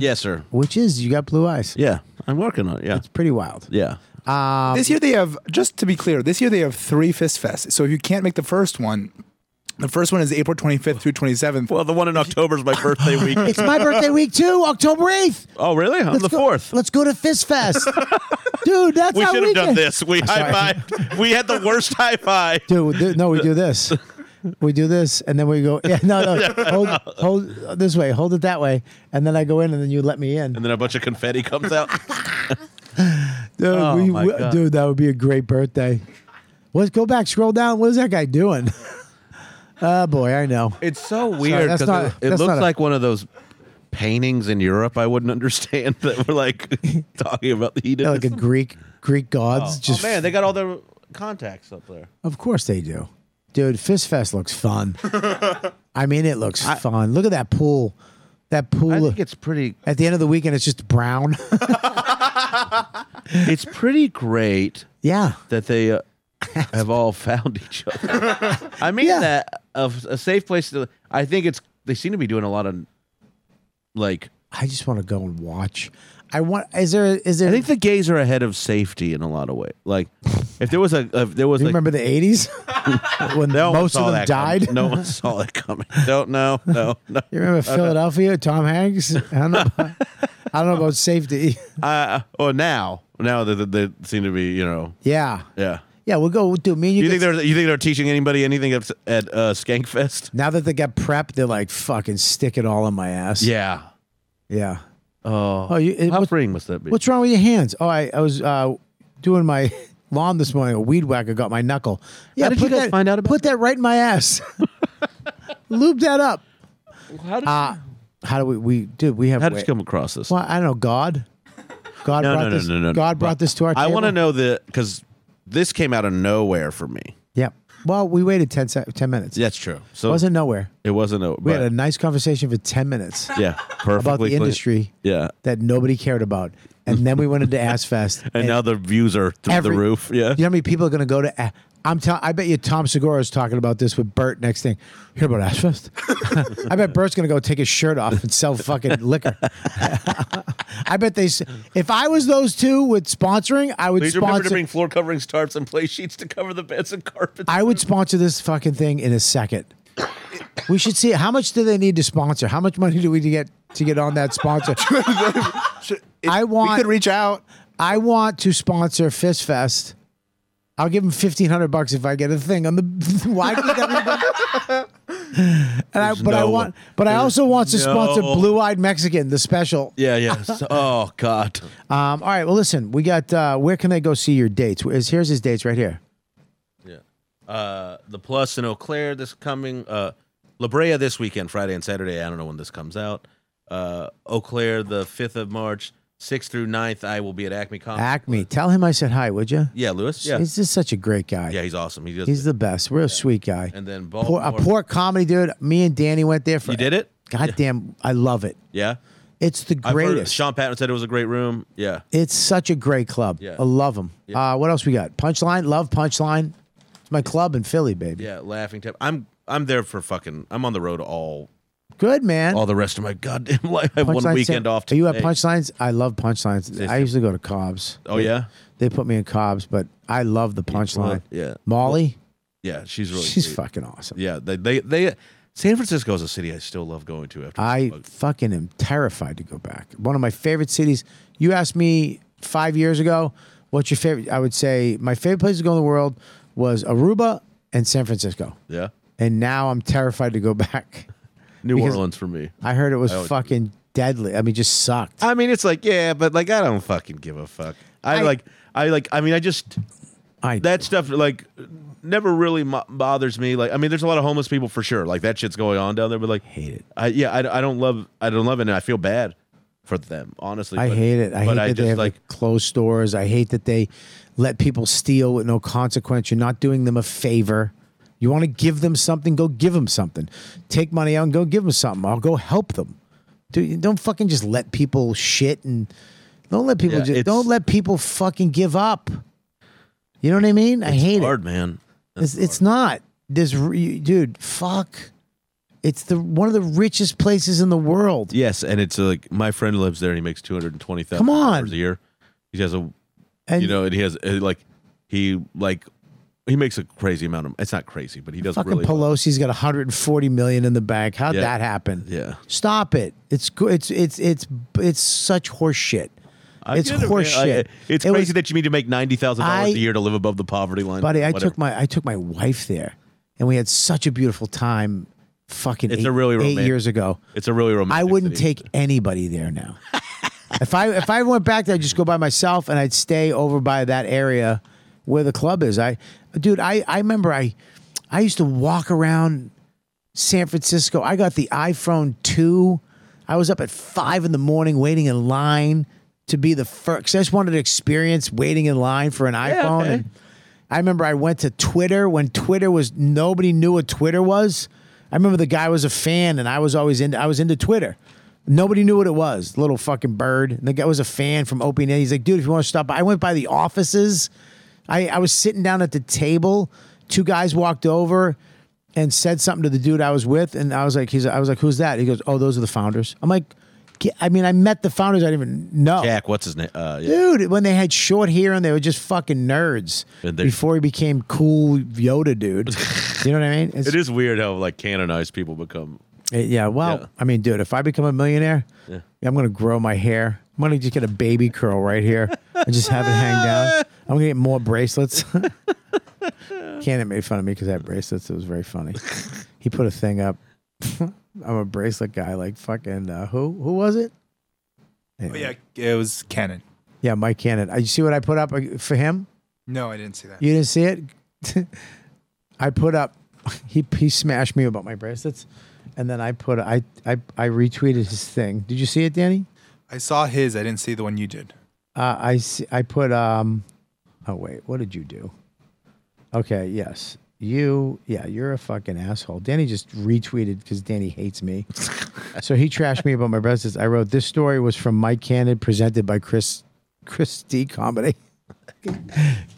[LAUGHS] yes, sir. Which is, you got blue eyes. Yeah, I'm working on it. Yeah, Pretty wild. yeah. Um, this year they have just to be clear this year they have three fist fests so if you can't make the first one the first one is april 25th through 27th Well, the one in October [LAUGHS] is my birthday week. It's my birthday week too, October 8th. oh, really? On the go- fourth. Let's go to Fist Fest. [LAUGHS] dude, that's We how should have done get- this. We high [LAUGHS] five. We had the worst high five. Dude, we do, no, [LAUGHS] we do this. We do this, and then we go. Yeah, no, no. Hold, hold this way. Hold it that way, and then I go in, and then you let me in. And then a bunch of confetti comes out. Dude, Oh, we, my we- God. dude, that would be a great birthday. Let's go back, scroll down. What is that guy doing? [LAUGHS] oh boy, I know. It's so weird that's because not- it, it that's looks not a- like one of those paintings in Europe. I wouldn't understand [LAUGHS] that we're like talking about the heat. They're like a Greek Greek gods. just oh man, they got all their contacts up there. of course they do. Dude, Fist Fest looks [LAUGHS] fun. I mean, it looks fun. Look at that pool. That I pool. think it's pretty. at the end of the weekend, it's just brown. [LAUGHS] It's pretty great yeah. that they [LAUGHS] uh, have all found each other. [LAUGHS] I mean Yeah. that of a safe place to. I think it's. They seem to be doing a lot of like. I just want to go and watch. I want. Is there? Is there? I think the gays are ahead of safety in a lot of ways. Like, if there was a, if there was do you like, remember the [LAUGHS] '80s when no one most saw of them that coming. died? No [LAUGHS] one saw it coming. Don't know. No, no. You remember Philadelphia, [LAUGHS] Tom Hanks? I don't know. About, I don't know about safety. Uh, or now, now that they, they seem to be, you know, Yeah, yeah. yeah. We'll go, dude. Me and you. You get- think they're you think they're teaching anybody anything at, at uh, Skankfest? now that they got prep, they're like fucking stick it all in my ass. Yeah. yeah. Oh, Oh, you, it- how what- freeing must that be? what's wrong with your hands? Oh, I, I was uh, doing my [LAUGHS] lawn this morning. A weed whacker got my knuckle. Yeah, did you put guys that, find out about Put that right in my ass. [LAUGHS] Lube that up. How did Uh, how do we? We dude, we have. How did you way- come across this? Well, I don't [LAUGHS] know. God. God No, brought no, no, this. no, no. God brought this to our. I table? want to know the because this came out of nowhere for me. Yep. Well, we waited 10, sec- 10 minutes. That's true. So Wasn't nowhere. it wasn't a We had a but- nice conversation for 10 minutes yeah perfectly [LAUGHS] about the clean. industry Yeah, that nobody cared about. And then we went into Ass Fest. [LAUGHS] and now the views are through every- the roof. Yeah, You know how many people are going to go to. A- I'm tell- I bet you Tom Segura is talking about this with Bert next thing. Hear about Ass Fest? [LAUGHS] I bet Bert's going to go take his shirt off and sell fucking liquor. [LAUGHS] I bet they. s- If I was those two with sponsoring, I would [LAUGHS] Please remember to sponsor. bring floor coverings, tarps, and play sheets to cover the beds and carpets. I would sponsor this fucking thing in a second. We should see how much do they need to sponsor? How much money do we to get to get on [LAUGHS] that sponsor? I we want could reach out I want to sponsor Fist Fest. I'll give him fifteen hundred bucks if I get a thing on [LAUGHS] the [LAUGHS] YPW. and I, There's but I no- want, but I also want to sponsor no- Blue Eyed Mexican, the special. [LAUGHS] yeah, yeah. [LAUGHS] So- oh God. Um, all right, well, listen, we got. Uh, where can they go see your dates? Is here's his dates right here. Uh, the Plus in Eau Claire this coming. Uh, La Brea this weekend, Friday and Saturday. I don't know when this comes out. Uh, Eau Claire the fifth of March, sixth through 9th, I will be at Acme Comics. Acme, tell him I said hi, would you? yeah, Lewis. Yeah, He's just such a great guy. yeah, he's awesome. He does. He's the best. Real sweet guy. and then Poor, Baltimore. a poor comedy dude. Me and Danny went there Oh, for. you did it. Goddamn, I love it. Yeah, It's the I've heard- greatest. Sean Patton said it was a great room. Yeah, It's such a great club. Yeah. I love them. Uh, what else we got? Punchline. Love Punchline. It's my club in Philly, baby. yeah. Laughing tip. I'm I'm there for fucking. I'm on the road all Good man. all the rest of my goddamn [LAUGHS] life. I have Punchline one weekend Sam- off. Are you at today. Punchlines? I love Punchlines. I usually go to Cobb's. Oh yeah, They put me in Cobb's, but I love the Punchline. yeah. Molly, yeah. She's really. she's sweet. fucking awesome. Yeah, they they they. San Francisco is a city I still love going to. After I fucking am terrified to go back. One of my favorite cities. You asked me five years ago, what's your favorite? I would say my favorite place to go in the world was Aruba and San Francisco. yeah, And now I'm terrified to go [LAUGHS] back. New Because- Orleans for me. I heard it was fucking deadly. I mean, just sucked. I mean, it's like yeah, but like I don't fucking give a fuck. I, I- like I like I mean I just I that stuff like never really mo- bothers me. Like I mean, there's a lot of homeless people for sure. Like that shit's going on down there, but like hate it. I yeah I, I don't love I don't love it, and I feel bad for them honestly. I but- hate it. I hate but that I they just have like like closed stores. I hate that they let people steal with no consequence. You're not doing them a favor. You want to give them something? Go give them something. Take money out and go give them something. I'll go help them. Dude, you don't fucking just let people shit and don't let people Yeah, just, it's- don't let people fucking give up. You know what I mean? I hate hard it. man. It's, it's not. There's, re- dude, fuck. It's the one of the richest places in the world. Yes, and it's uh, like my friend lives there, and he makes two hundred and twenty thousand Come on. dollars a year. He has a And you know, and he has uh, like he like he makes a crazy amount of. It's not crazy, but he does Fucking really. Pelosi's got 140 million in the bank. How'd Yeah. that happen? Yeah. Stop it. It's go- it's it's it's it's such horse shit. I it's get it, man. horse I- shit. it's It crazy was- that you need to make ninety thousand I- dollars a year to live above the poverty line, buddy. I Whatever. took my I took my wife there, and we had such a beautiful time. Fucking It's eight, a really eight romantic- years ago. It's a really romantic. I wouldn't city. take anybody there now. if I if I went back there, I'd just go by myself and I'd stay over by that area where the club is. I dude, I, I remember I I used to walk around San Francisco. I got the iPhone two. I was up at five in the morning waiting in line to be the first. I just wanted to experience waiting in line for an iPhone. okay. And I remember I went to Twitter when Twitter was nobody knew what Twitter was. I remember the guy was a fan, and I was always into I was into Twitter. Nobody knew what it was. Little fucking bird. And the guy was a fan from Open. He's like, dude, if you want to stop, by, I went by the offices. I, I was sitting down at the table. Two guys walked over and said something to the dude I was with, and I was like, he's I was like, who's that? He goes, oh, those are the founders. I'm like, "Ki- I mean, I met the founders. I didn't even know Jack. What's his name? Uh, yeah. dude when they had short hair and they were just fucking nerds And they- before he became cool [LAUGHS] yoda dude you know what i mean It's- It is weird how like canonized people become. it- yeah well Yeah. i mean dude if i become a millionaire i'm gonna grow my hair i'm gonna just get a baby curl right here and just have it [LAUGHS] hang down i'm gonna get more bracelets [LAUGHS] Cannon made fun of me because i had bracelets it was [LAUGHS] very funny he put a thing up [LAUGHS] i'm a bracelet guy like fucking uh, who who was it Oh, yeah, it was canon. yeah mike cannon Uh, you see what i put up uh, for him No, I didn't see that. You didn't see it? [LAUGHS] I put up [LAUGHS] he he smashed me about my bracelets and then I put I I I retweeted his thing. Did you see it, Danny? I saw his. I didn't see the one you did. Uh, I s- I put um oh wait, what did you do? Okay, yes. You yeah, you're a fucking asshole. Danny just retweeted cuz Danny hates [LAUGHS] me. so he trashed me about my bracelets. I wrote this story was from Mike Cannon presented by Chris Christie Comedy. [LAUGHS]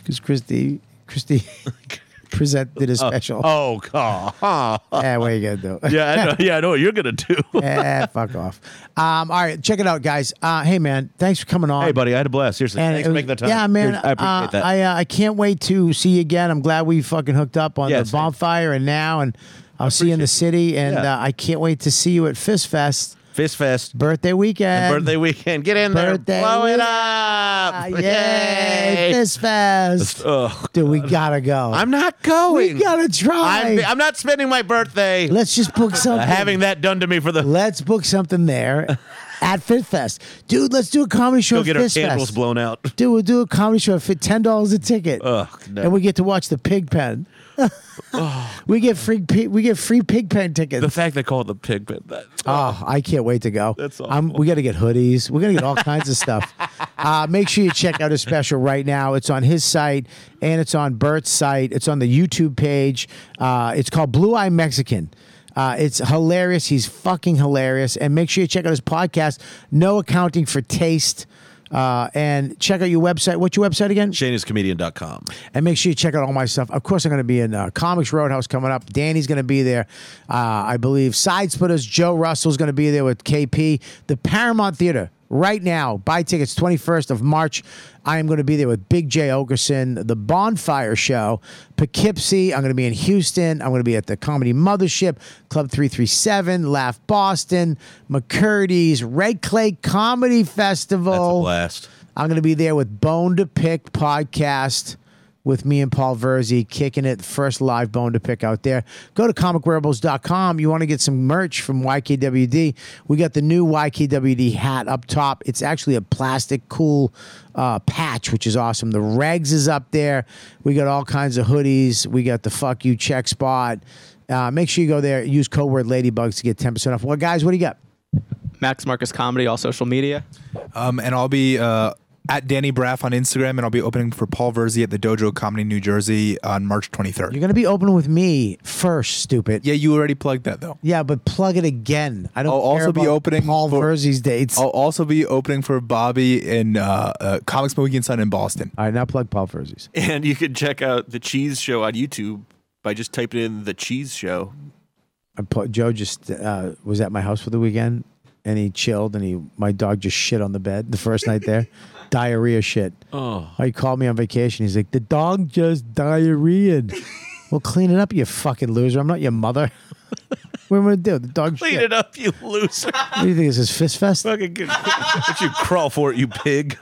Cuz Christie Christie [LAUGHS] presented a special. Oh god. [LAUGHS] Eh, what are you gonna do? Yeah, I know, yeah, I know what you're gonna do. [LAUGHS] eh, fuck off. Um, all right, check it out, guys. Uh, hey, man, thanks for coming on. hey, buddy, I had a blast. Seriously, And thanks it for was- making the time. Yeah, man. Seriously, I appreciate uh, that. I, uh, I can't wait to see you again. I'm glad we fucking hooked up on Yeah, the same. bonfire and now, and I'll see you in the city. And Yeah. uh, I can't wait to see you at Fist Fest Fist fest. birthday weekend. Birthday weekend. Get in Birthday Ah, there. Blow it up. weekend. Yay! Fist Fest. Oh, Dude, we gotta go. I'm not We going. gotta try. I'm, I'm not spending my birthday [LAUGHS] Let's just book something. having that done to me for the. Let's book something there. at Fit Fest. Dude, let's do a comedy show Go at get our Fit candles Fest. blown out. Dude, we'll do a comedy show for ten dollars a ticket, Ugh, no. and we get to watch the pig pen. [LAUGHS] we get free pi- we get free pig pen tickets. The fact they call it the pig pen. That, Oh, I can't wait to go. That's I'm, we got to get hoodies. We're gonna get all kinds of stuff. Uh, make sure you check out his special right now. It's on his site and it's on Bert's site. It's on the YouTube page. Uh, it's called Blue Eye Mexican. Uh, it's hilarious. He's fucking hilarious. And make sure you check out his podcast, No Accounting for Taste. Uh, and check out your website. What's your website again? ShaneIsComedian.com. and make sure you check out all my stuff. Of course, I'm going to be in uh, Comics Roadhouse coming up. Danny's going to be there. Uh, I believe Side Splitters, Joe Russell's going to be there with KP. The Paramount Theater right now. Buy tickets 21st of March. I am going to be there with Big J Ogerson, The Bonfire Show, Poughkeepsie. I'm going to be in Houston. I'm going to be at the Comedy Mothership, Club 337, Laugh Boston, McCurdy's, Red Clay Comedy Festival. That's a blast. I'm going to be there with Bone to Pick podcast with me and Paul Verzi kicking it. First live Bone to Pick out there. Go to comicwearables.com. You want to get some merch from YKWD. We got the new YKWD hat up top. It's actually a plastic cool uh, patch, which is awesome. The rags is up there. We got all kinds of hoodies. We got the fuck you check spot. Uh, make sure you go there. Use code word ladybugs to get 10% off. Well, guys, what do you got? Max Marcus Comedy, all social media. Um, and I'll be uh, at Danny Braff on Instagram, and I'll be opening for Paul Verzi at the Dojo Comedy New Jersey on March 23rd. You're going to be opening with me first, stupid. yeah, you already plugged that though. Yeah, but plug it again. I don't. I'll care also be about opening Paul for- Verzi's dates. I'll also be opening for Bobby in uh, uh, Comics Movie and Son in Boston. All right, now plug Paul Verzi's. And you can check out the Cheese Show on YouTube by just typing in the Cheese Show. I pl- Joe just uh, was at my house for the weekend, and he chilled, and he my dog just shit on the bed the first night [LAUGHS] there, diarrhea shit. Oh, he called me on vacation. He's like, the dog just diarrheaed. well, clean it up, you fucking loser. I'm not your mother. [LAUGHS] what am I gonna do? The dog Clean shit. it up, you loser. What do you think this is fist fest? Fucking good. But you crawl for it, you pig.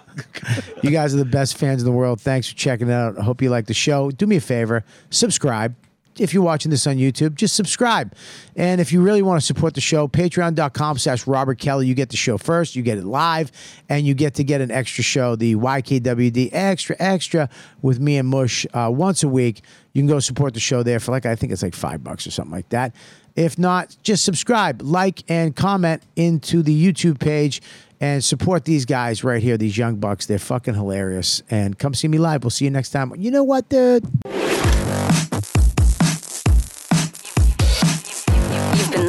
You guys are the best fans in the world. Thanks for checking it out. I hope you like the show. Do me a favor, subscribe. If you're watching this on YouTube, just subscribe. And if you really want to support the show, patreon.com slash Robert Kelly. You get the show first, you get it live, and you get to get an extra show, the YKWD Extra Extra with me and Mush uh, once a week. You can go support the show there for like, I think it's like five bucks or something like that. If not, just subscribe, like, and comment into the YouTube page and support these guys right here, these young bucks. They're fucking hilarious. And come see me live. We'll see you next time. You know what, dude? You've been